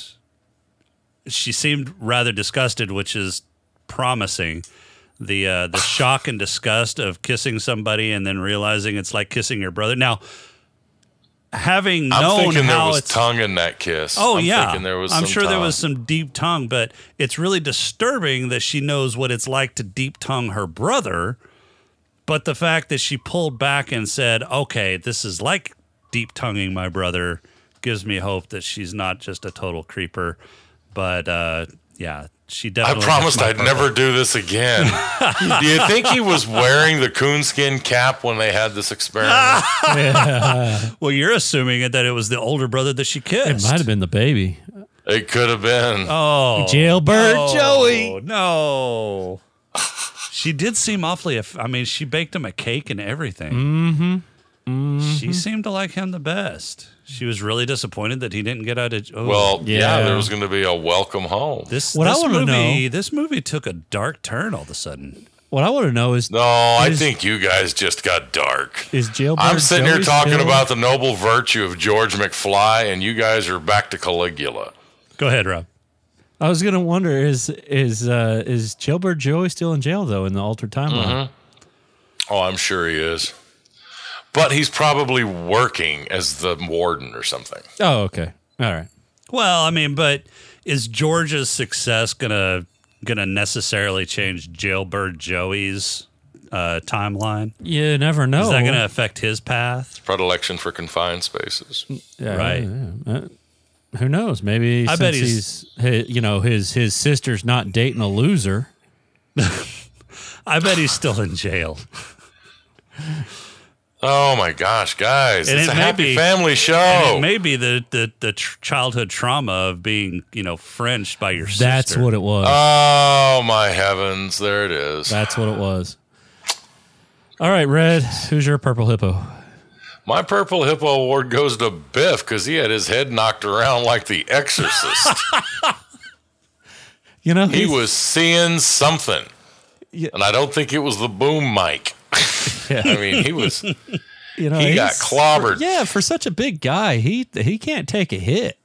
Speaker 4: she seemed rather disgusted, which is promising. The uh, the shock and disgust of kissing somebody and then realizing it's like kissing your brother. Now, having
Speaker 5: I'm
Speaker 4: known
Speaker 5: thinking
Speaker 4: how
Speaker 5: there was
Speaker 4: it's
Speaker 5: tongue in that kiss.
Speaker 4: Oh
Speaker 5: I'm
Speaker 4: yeah,
Speaker 5: thinking there was
Speaker 4: I'm
Speaker 5: some
Speaker 4: sure there
Speaker 5: tongue.
Speaker 4: was some deep tongue, but it's really disturbing that she knows what it's like to deep tongue her brother. But the fact that she pulled back and said, "Okay, this is like deep tonguing my brother," gives me hope that she's not just a total creeper. But uh, yeah, she
Speaker 5: I
Speaker 4: definitely. gets
Speaker 5: promised
Speaker 4: Oh, my
Speaker 5: I'd
Speaker 4: purple.
Speaker 5: never do this again. do you think he was wearing the coonskin cap when they had this experiment?
Speaker 4: Well, you're assuming it that it was the older brother that she
Speaker 6: It
Speaker 4: kissed.
Speaker 6: might have been the baby.
Speaker 5: it could have been.
Speaker 4: Oh,
Speaker 6: Jailbird
Speaker 4: no,
Speaker 6: Joey.
Speaker 4: Oh, No. She did seem awfully. Aff- I mean, she baked him a cake and everything. Mm-hmm.
Speaker 6: Mm-hmm.
Speaker 4: She seemed to like him the best. She was really disappointed that he didn't get out of. Oh,
Speaker 5: well, yeah.
Speaker 6: Yeah.
Speaker 5: there was going to be a welcome home.
Speaker 4: this
Speaker 6: what I
Speaker 4: this
Speaker 6: wanna
Speaker 4: movie
Speaker 6: know-
Speaker 4: this movie took a dark turn all of a sudden.
Speaker 6: What I want to know is
Speaker 5: No, I
Speaker 6: Is-
Speaker 5: think you guys just got dark.
Speaker 6: is jailbird.
Speaker 5: I'm sitting here
Speaker 6: Joey
Speaker 5: talking
Speaker 6: still-
Speaker 5: about the noble virtue of George McFly, and you guys are back to Caligula.
Speaker 4: Go ahead, Rob.
Speaker 6: I was gonna wonder is is uh, is jailbird Joey still in jail though in the altered timeline?
Speaker 5: Oh, I'm sure he is. But he's probably working as the warden or something.
Speaker 6: Oh, okay, all right.
Speaker 4: Well, I mean, but is George's success gonna gonna necessarily change Jailbird Joey's uh, timeline?
Speaker 6: You never know.
Speaker 4: Is that gonna affect his path?
Speaker 5: Predilection for confined spaces.
Speaker 6: Yeah,
Speaker 4: Right.
Speaker 6: yeah, uh, Who knows? Maybe
Speaker 4: I
Speaker 6: since
Speaker 4: bet
Speaker 6: he's, hi- you know his his sister's not dating a loser.
Speaker 4: I bet he's still in jail.
Speaker 5: Oh my gosh, guys.
Speaker 4: And
Speaker 5: it's
Speaker 4: it
Speaker 5: a
Speaker 4: may
Speaker 5: happy
Speaker 4: be-
Speaker 5: family
Speaker 4: And
Speaker 5: show.
Speaker 4: it may be the the, the tr- childhood trauma of being you know Frenched by your sister. Uh.
Speaker 6: That's what it was.
Speaker 5: oh my heavens, there it is.
Speaker 6: That's what it was. All right, Red. Who's your purple hippo?
Speaker 5: My Purple Hippo Award goes to Biff because he had his head knocked around like the exorcist.
Speaker 6: You know
Speaker 5: he
Speaker 6: he's-
Speaker 5: was seeing something.
Speaker 6: Yeah.
Speaker 5: And I don't think it was the boom mic. I mean, he was
Speaker 6: You know
Speaker 5: he got
Speaker 6: he's-
Speaker 5: clobbered.
Speaker 6: yeah, for such a big guy, he he can't take a hit.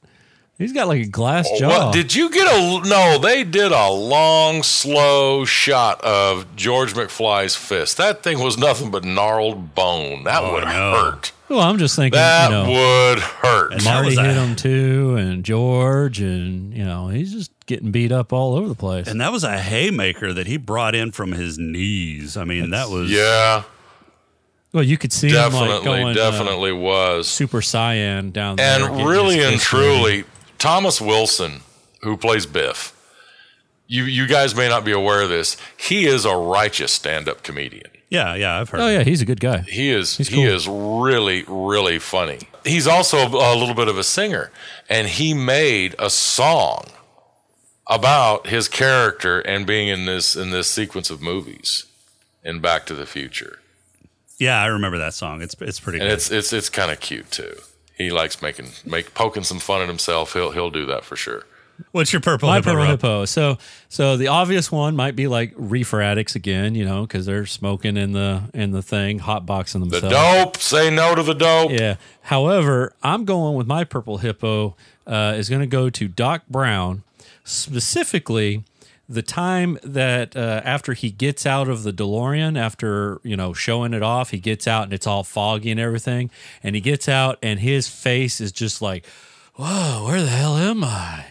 Speaker 6: He's got like a glass
Speaker 4: Oh,
Speaker 6: jaw.
Speaker 5: Oh, What did you get a no? They did a long, slow shot of George McFly's fist. That thing was nothing but gnarled bone. That would
Speaker 4: no.
Speaker 5: hurt.
Speaker 6: well, I'm just thinking.
Speaker 5: That
Speaker 6: Oh, you know,
Speaker 5: would hurt.
Speaker 4: And that
Speaker 6: Marty
Speaker 4: was a-
Speaker 6: hit him too, and George, and you know he's just getting beat up all over the place.
Speaker 4: And that was a haymaker that he brought in from his knees. I mean, that was
Speaker 5: Yeah,
Speaker 6: well, you could see him like
Speaker 5: definitely,
Speaker 6: going uh,
Speaker 5: definitely was.
Speaker 6: super cyan down there,
Speaker 5: And
Speaker 6: getting
Speaker 5: really
Speaker 6: his
Speaker 5: and
Speaker 6: fist ready.
Speaker 5: truly, Thomas Wilson, who plays Biff, you you guys may not be aware of this. He is a righteous stand-up comedian.
Speaker 4: yeah, yeah. I've heard.
Speaker 6: Oh yeah, he's a good guy.
Speaker 5: He is
Speaker 6: He's
Speaker 5: he
Speaker 6: cool.
Speaker 5: is really really funny. He's also a, a little bit of a singer, and he made a song about his character and being in this in this sequence of movies in Back to the Future.
Speaker 4: yeah. I remember that song. It's it's pretty
Speaker 5: And
Speaker 4: good.
Speaker 5: it's it's it's kind of cute too. He likes making make poking some fun at himself. He'll he'll do that for sure.
Speaker 4: What's your purple?
Speaker 6: My
Speaker 4: hippo,
Speaker 6: purple
Speaker 4: Rob?
Speaker 6: hippo. So, so the obvious one might be like reefer addicts again, you know, because they're smoking in the in the thing, hot boxing
Speaker 5: The
Speaker 6: themselves.
Speaker 5: dope. Say no to the dope.
Speaker 6: Yeah. However, I'm going with my purple hippo uh, is going to go to Doc Brown specifically the time that uh, after he gets out of the DeLorean, after you know showing it off, he gets out and it's all foggy and everything, and he gets out and his face is just like, "Whoa, where the hell am I?"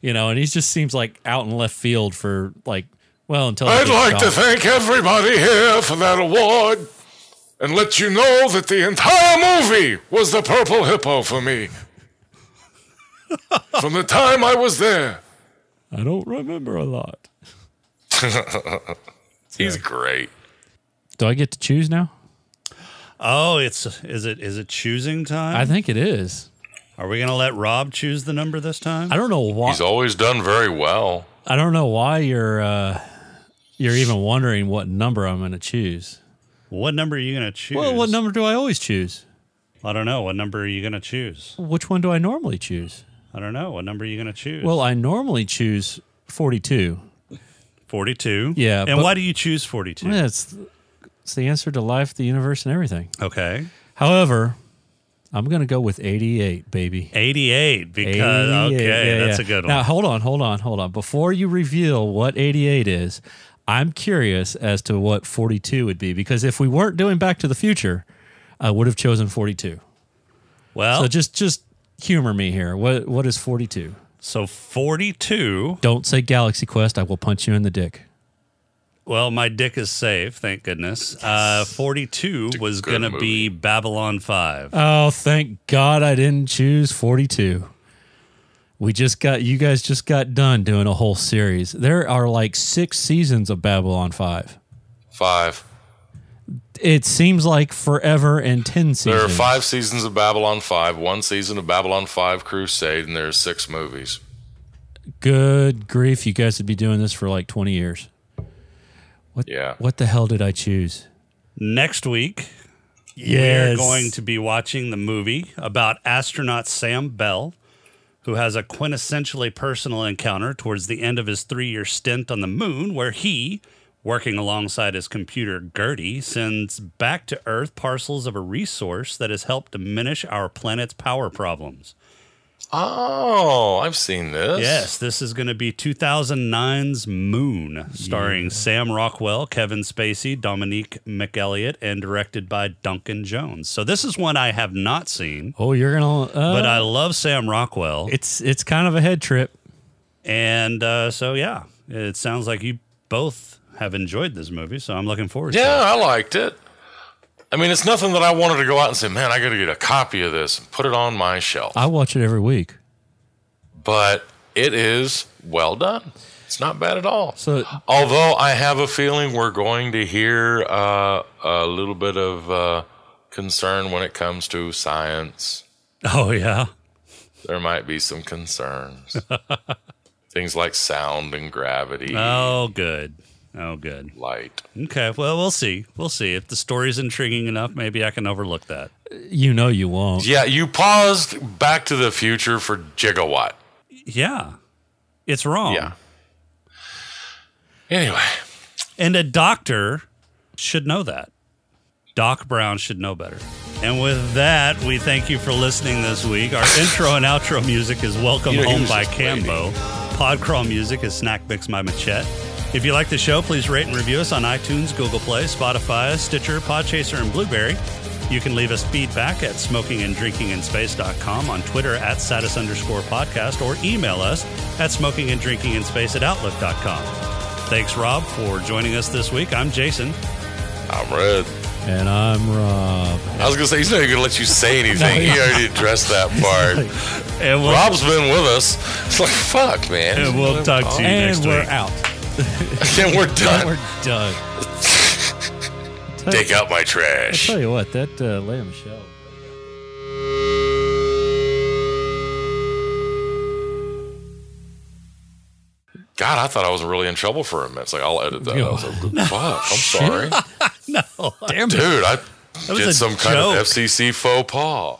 Speaker 6: You know, and he just seems like out in left field for like, well, until he
Speaker 5: I'd
Speaker 6: gets
Speaker 5: like to
Speaker 6: shot.
Speaker 5: thank everybody here for that award and let you know that the entire movie was the Purple Hippo for me. From the time I was there.
Speaker 6: I don't remember a lot.
Speaker 5: He's great.
Speaker 6: Do I get to choose now?
Speaker 4: Oh, it's is it is it choosing time?
Speaker 6: I think it is.
Speaker 4: Are we gonna let Rob choose the number this time?
Speaker 6: I don't know why.
Speaker 5: He's always done very well.
Speaker 6: I don't know why you're uh, you're even wondering what number I'm going to choose.
Speaker 4: What number are you gonna choose?
Speaker 6: Well, what number do I always choose?
Speaker 4: I don't know. What number are you gonna choose?
Speaker 6: Which one do I normally choose?
Speaker 4: I don't know. What number are you gonna choose?
Speaker 6: Well, I normally choose 42.
Speaker 4: forty-two.
Speaker 6: Yeah,
Speaker 4: And
Speaker 6: but-
Speaker 4: why do you choose forty-two?
Speaker 6: Yeah, it's, it's the answer to life, the universe, and everything.
Speaker 4: Okay.
Speaker 6: However, I'm going to go with 88, baby.
Speaker 4: 88 because
Speaker 6: 88,
Speaker 4: okay
Speaker 6: yeah,
Speaker 4: that's
Speaker 6: yeah.
Speaker 4: a good one
Speaker 6: Now, hold on, hold on, hold on. Before you reveal what 88 is, I'm curious as to what 42 would be because if we weren't doing Back to the Future, I would have chosen 42.
Speaker 4: well
Speaker 6: So
Speaker 4: so,
Speaker 6: just just humor me here. What what is 42?
Speaker 4: 42
Speaker 6: Don't say Galaxy Quest. I will punch you in the dick.
Speaker 4: well my dick is safe thank goodness uh 42 was
Speaker 5: good
Speaker 4: gonna be
Speaker 5: movie.
Speaker 4: babylon 5
Speaker 6: Oh, thank God I didn't choose 42. We just got you guys just got done doing a whole series. There are like 6 seasons of Babylon 5.
Speaker 5: Five.
Speaker 6: It seems like forever and 10 seasons.
Speaker 5: There are five seasons of Babylon 5, one season of Babylon 5 Crusade, and there are six movies.
Speaker 6: Good grief, you guys would be doing this for like 20 years. What
Speaker 5: Yeah.
Speaker 6: what the hell did I choose?
Speaker 4: next week
Speaker 6: Yes.
Speaker 4: we're going to be watching the movie about astronaut sam bell who has a quintessentially personal encounter towards the end of his three-year stint on the moon where he working alongside his computer gertie sends back to earth parcels of a resource that has helped diminish our planet's power problems
Speaker 5: Oh, I've seen this.
Speaker 4: Yes, this is going to be 2009's Moon, starring Sam Rockwell, Kevin Spacey, Dominique McElliott, and directed by Duncan Jones. So this is one I have not seen,
Speaker 6: Oh, you're going to uh,
Speaker 4: but I love Sam Rockwell,
Speaker 6: it's it's kind of a head trip.
Speaker 4: and uh, so yeah, it sounds like you both have enjoyed this movie. So I'm looking forward
Speaker 5: Yeah,
Speaker 4: to it.
Speaker 5: I liked it. I mean, it's nothing that I wanted to go out and say, man, I got to get a copy of this and put it on my shelf.
Speaker 6: I watch it every week.
Speaker 5: But it is well done. It's not bad at all.
Speaker 6: So
Speaker 5: Although I have a feeling we're going to hear uh, a little bit of uh, concern when it comes to science.
Speaker 4: Oh yeah,
Speaker 5: There might be some concerns. Things like sound and gravity,
Speaker 6: Uh.
Speaker 4: oh good, oh good.
Speaker 5: light.
Speaker 4: Okay, well we'll see, we'll see if the story's intriguing enough. Maybe I can overlook that.
Speaker 6: you know you won't.
Speaker 5: Yeah, you paused Back to the Future for Gigawatt.
Speaker 4: Yeah, it's wrong.
Speaker 5: Yeah. Anyway.
Speaker 4: And a doctor should know that. Doc Brown should know better. And with that, we thank you for listening this week. Our intro and outro music is Welcome
Speaker 5: You know, he
Speaker 4: Home
Speaker 5: was
Speaker 4: by
Speaker 5: just waiting.
Speaker 4: Cambo. Podcrawl music is Snack Mix by Machette. If you like the show, please rate and review us on iTunes, Google Play, Spotify, Stitcher, Podchaser, and Blueberry. You can leave us feedback at smokinganddrinkinginspace.com, on Twitter at satis underscore podcast, or email us at smokinganddrinkinginspace at outlook.com. Thanks, Rob, for joining us this week. I'm Jason.
Speaker 5: I'm red.
Speaker 6: And I'm Rob.
Speaker 5: I was gonna say he's not even gonna let you say anything. he already addressed that part.
Speaker 4: And we'll,
Speaker 5: Rob's been with us. It's like fuck, man.
Speaker 4: and we'll talk to you
Speaker 6: and
Speaker 4: next
Speaker 6: we're
Speaker 4: week.
Speaker 6: out.
Speaker 5: Again, we're done.
Speaker 6: We're done.
Speaker 5: Take out my
Speaker 6: I
Speaker 5: trash.
Speaker 6: tell you what, that uh, Leah Michelle.
Speaker 5: God, I thought I was really in trouble for a minute. It's like I'll edit that. I was like, fuck. I'm sorry,
Speaker 4: No.
Speaker 5: dude. I
Speaker 6: Oh,
Speaker 4: was
Speaker 5: did
Speaker 4: a
Speaker 5: some kind of
Speaker 4: joke.
Speaker 5: FCC faux pas.